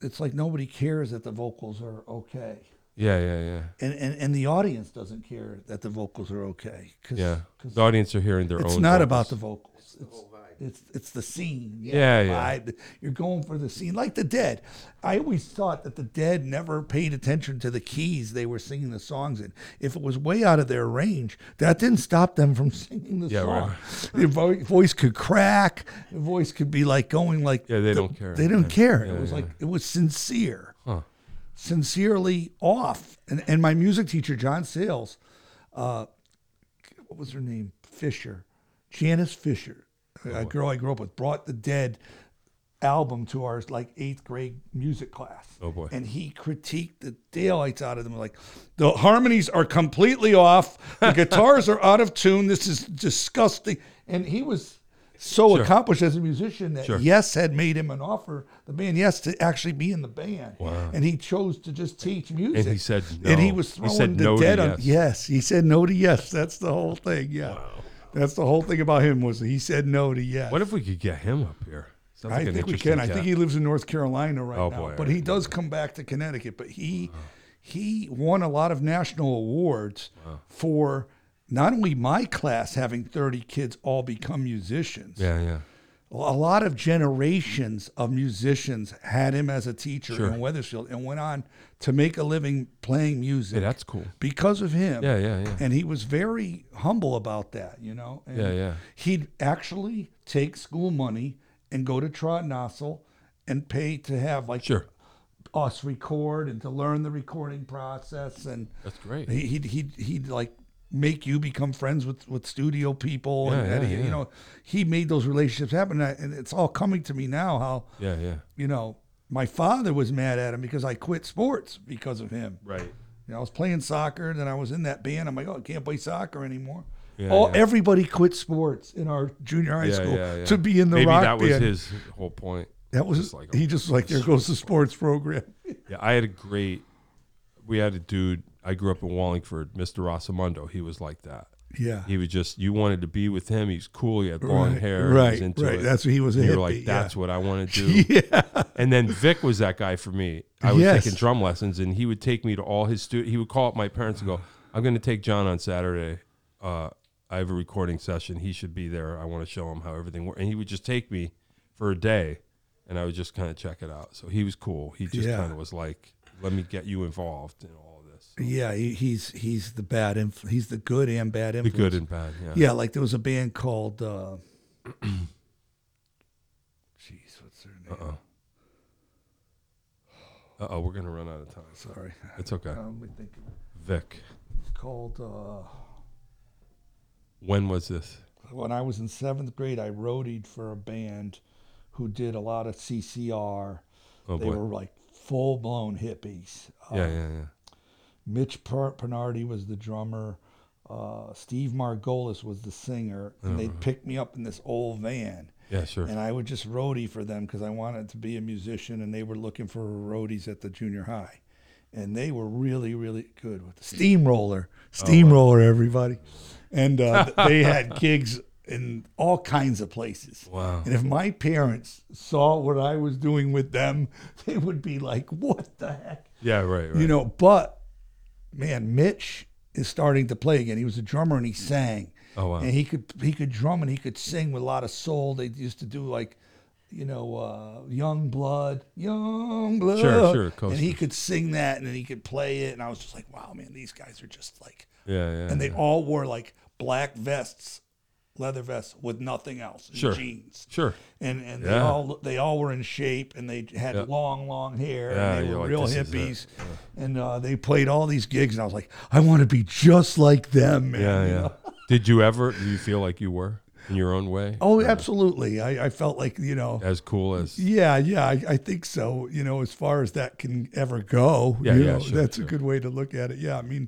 B: it's like nobody cares that the vocals are okay,
A: Yeah, yeah, yeah.
B: and and, and the audience doesn't care that the vocals are okay. Cause,
A: Yeah.
B: 'cause
A: The audience are hearing their own.
B: it's not
A: vocals.
B: about the vocals. It's,
C: whole vibe.
B: it's it's the scene.
A: Yeah,
B: the
A: yeah.
B: vibe. You're going for the scene, like the Dead. I always thought that the Dead never paid attention to the keys they were singing the songs in. If it was way out of their range, that didn't stop them from singing the
A: Yeah,
B: song. Your vo- voice could crack. Your voice could be like going like.
A: Yeah, they
B: the-
A: don't care.
B: They didn't
A: Yeah.
B: care.
A: Yeah,
B: it was
A: yeah.
B: like it was sincere
A: Huh.
B: sincerely off. And, and my music teacher, John Sales, uh, what was her name? Fisher, Janice Fisher,
A: Oh,
B: a girl I grew up with, brought the Dead album to our like eighth grade music class.
A: Oh, boy.
B: And he critiqued the daylights out of them. Like the harmonies are completely off. The guitars are out of tune. This is disgusting. And he was so accomplished as a musician that
A: Sure.
B: Yes had made him an offer, the band Yes, to actually be in the band.
A: Wow.
B: And he chose to just teach music.
A: he said
B: And he
A: no.
B: was
A: He
B: throwing
A: said
B: the
A: no to
B: dead on.
A: Yes.
B: Yes, he said no to Yes. That's the whole thing. Yeah. That's the whole thing about him was he said no to Yes.
A: What if we could get him up here? Sounds
B: I
A: like an
B: think we
A: interesting
B: can. I
A: cat.
B: think he lives in North Carolina right
A: Oh,
B: now,
A: boy,
B: but
A: I
B: he does come back to Connecticut. But he
A: Uh-huh.
B: he won a lot of national awards for not only my class having 30 kids all become musicians.
A: Yeah, yeah.
B: A lot of generations of musicians had him as a teacher
A: Sure.
B: in Weathersfield and went on to make a living playing music
A: Hey, that's cool.
B: because of him.
A: Yeah, yeah, yeah.
B: And he was very humble about that, you know. And
A: Yeah, yeah.
B: He'd actually take school money and go to Trondnassel and pay to have like
A: Sure.
B: us record and to learn the recording process and
A: That's great.
B: He- He'd he'd he'd like make you become friends with with studio people and
A: Yeah,
B: that
A: yeah,
B: he-
A: yeah.
B: you know he made those relationships happen and I- and it's all coming to me now how
A: Yeah, yeah.
B: you know my father was mad at him because I quit sports because of him
A: Right.
B: You know, I was playing soccer, then I was in that band. I'm like, oh, I can't play soccer anymore.
A: Yeah,
B: All
A: yeah.
B: everybody quit sports in our junior high
A: Yeah,
B: school
A: yeah, yeah.
B: to be in the
A: Maybe
B: rock
A: that was
B: band.
A: his whole point.
B: that was
A: just like,
B: he just like there goes the sports program.
A: Yeah, I had a great. We had a dude. I grew up in Wallingford, Mr. Rosamundo. He was like that.
B: yeah,
A: He was just you wanted to be with him. He was cool. He had long
B: Right,
A: hair. He was
B: right,
A: into
B: right.
A: It.
B: That's what he was a
A: And you were
B: hippie,
A: like,
B: yeah.
A: that's what I want to do.
B: yeah,
A: And then Vic was that guy for me. I was
B: Yes.
A: taking drum lessons, and he would take me to all his students. He would call up my parents and go, "I'm going to take John on Saturday. Uh, I have a recording session. He should be there. I want to show him how everything works." And he would just take me for a day, and I would just kind of check it out. So he was cool. He just
B: Yeah.
A: kind of was like, "Let me get you involved in all of this."
B: yeah. He, he's he's the bad influ- He's the good and bad
A: The
B: influence.
A: good and bad. Yeah.
B: Yeah, like there was a band called. Uh, Jeez, what's their name?
A: Uh oh, we're gonna run out of time.
B: Sorry,
A: It's okay.
B: um, I think it
A: Vic,
B: was called. Uh,
A: when was this?
B: when I was in seventh grade, I roadied for a band who did a lot of CCR.
A: Oh
B: they
A: boy.
B: were like full blown hippies. Uh,
A: yeah, yeah, yeah.
B: Mitch per- Bernardi was the drummer. Uh, Steve Margolis was the singer,
A: Oh,
B: and they picked me up in this old van,
A: Yeah, sure.
B: and I would just roadie for them because I wanted to be a musician, and they were looking for roadies at the junior high, and they were really, really good with the steamroller,
A: Oh,
B: steamroller, everybody, and uh, they had gigs in all kinds of places.
A: Wow.
B: And if my parents saw what I was doing with them, they would be like, "What the heck?"
A: Yeah, right, right.
B: You know, but man, Mitch is starting to play again. He was a drummer and he sang.
A: Oh, wow.
B: And he could he could drum and he could sing with a lot of soul. They used to do like, you know, uh, Young Blood, Young Blood.
A: sure, of course.
B: And he could sing that and then he could play it. And I was just like, wow, man, these guys are just like,
A: yeah, yeah.
B: and they
A: yeah.
B: all wore like black vests, leather vests with nothing else, and
A: Sure.
B: jeans
A: sure.
B: and and they
A: Yeah.
B: all they all were in shape and they had long long hair
A: Yeah,
B: and they
A: you're
B: were
A: like,
B: real
A: "This is it."
B: hippies and uh, they played all these gigs and I was like I want to be just like them man.
A: Yeah,
B: you
A: yeah.
B: know?
A: Did you ever? Do you feel like you were in your own way?
B: oh absolutely I, I felt like you know
A: As cool as
B: yeah yeah I, I think so you know as far as that can ever go
A: Yeah,
B: you
A: yeah,
B: know,
A: sure,
B: that's
A: sure.
B: a good way to look at it yeah I mean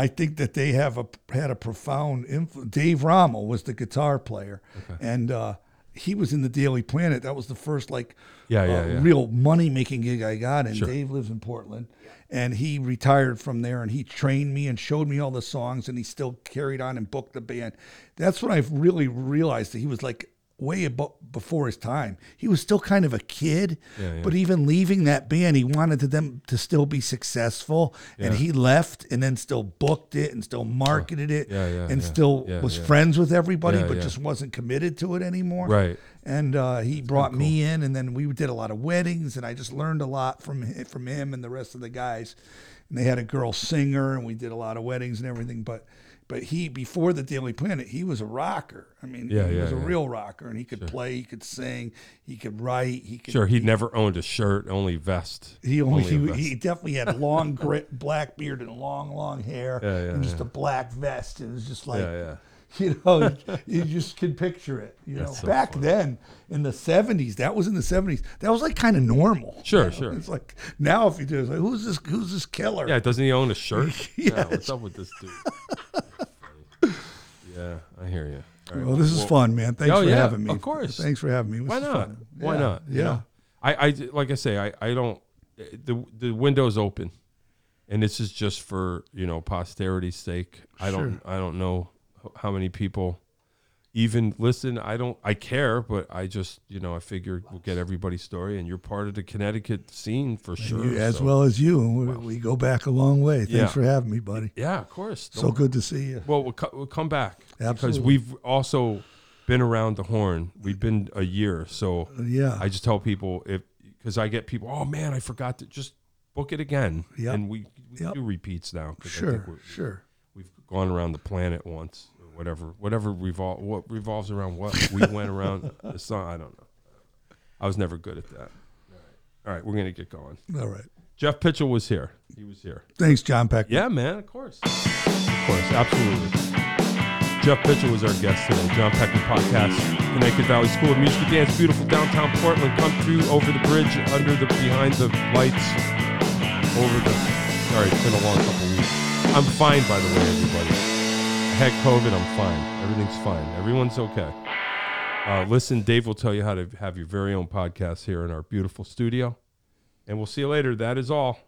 B: I think that they have a had a profound influence Dave Rommel was the guitar player and uh, he was in the Daily Planet that was the first like
A: yeah,
B: uh,
A: yeah, yeah.
B: real money making gig I got. And Dave lives in Portland, and he retired from there, and he trained me and showed me all the songs, and he still carried on and booked the band. That's when I really realized that he was like way abo- before his time. He was still kind of a kid,
A: Yeah, yeah.
B: but even leaving that band, he wanted to them to still be successful, and he left and then still booked it and still marketed it,
A: Yeah, yeah,
B: and
A: yeah.
B: still
A: Yeah,
B: was
A: yeah.
B: friends with everybody,
A: Yeah,
B: but
A: yeah.
B: just wasn't committed to it anymore
A: right.
B: and uh, he brought me in, and then we did a lot of weddings, and I just learned a lot from hi- from him and the rest of the guys. And they had a girl singer, and we did a lot of weddings and everything. But but he before the Daily Planet, he was a rocker. I mean,
A: Yeah,
B: he
A: yeah,
B: was a
A: yeah.
B: real rocker, and he could play, he could sing, he could write, he could.
A: Sure. He never owned a shirt, only vest.
B: He only,
A: a vest.
B: he, he definitely had long grit, black beard and long long hair,
A: Yeah, yeah,
B: and just a black vest. It was just like
A: yeah, yeah.
B: you know, you just can picture it. You know,
A: so
B: back then in the '70s, that was in the '70s. That was like kind of normal.
A: Sure,
B: you know?
A: sure.
B: It's like now, if you do, it's like, who's this? Who's this killer?
A: Yeah. Doesn't he own a shirt? Yeah. What's up with this dude? yeah, I hear you. All right.
B: Well, this is fun, man. Thanks
A: Oh,
B: for
A: yeah,
B: having me.
A: of course.
B: Thanks for having me. This
A: Why
B: is
A: not?
B: fun.
A: Why
B: Yeah,
A: not? You
B: yeah.
A: know? I, I like I say I, I don't the the window's open, and this is just for you know posterity's sake. I don't I don't know h- how many people even listen. I don't I care, but I just you know I figure we'll get everybody's story, and you're part of the Connecticut scene for sure.
B: You, as
A: so-
B: well as you, and we, we go back a long way. Thanks
A: Yeah.
B: for having me, buddy.
A: Yeah, of course.
B: So good to see you.
A: Well, we'll, co- we'll come back because
B: Absolutely.
A: we've also been around the horn. We've been a year, so
B: yeah.
A: I just tell people if because I get people, oh man, I forgot to just book it again.
B: Yep.
A: and we, we
B: Yep.
A: do repeats now. 'cause I think
B: Sure,
A: we're-
B: sure.
A: we've gone around the planet once, or whatever, whatever revol- what revolves around what we went around the sun. I don't know. I was never good at that. All right, All right we're gonna get going.
B: All right.
A: Jeff Pitchell was here. He was here.
B: Thanks, John Peck.
A: Yeah, man, of course. Of course, absolutely. Jeff Pitchell was our guest today. John Peckman Podcast, Connecticut Valley School of Music and Dance, beautiful downtown Portland. Come through over the bridge, under the, behind the lights, over the Sorry, it's been a long couple weeks. I'm fine, by the way, everybody. I had COVID. I'm fine. Everything's fine. Everyone's okay. Uh, listen, Dave will tell you how to have your very own podcast here in our beautiful studio. And we'll see you later. That is all.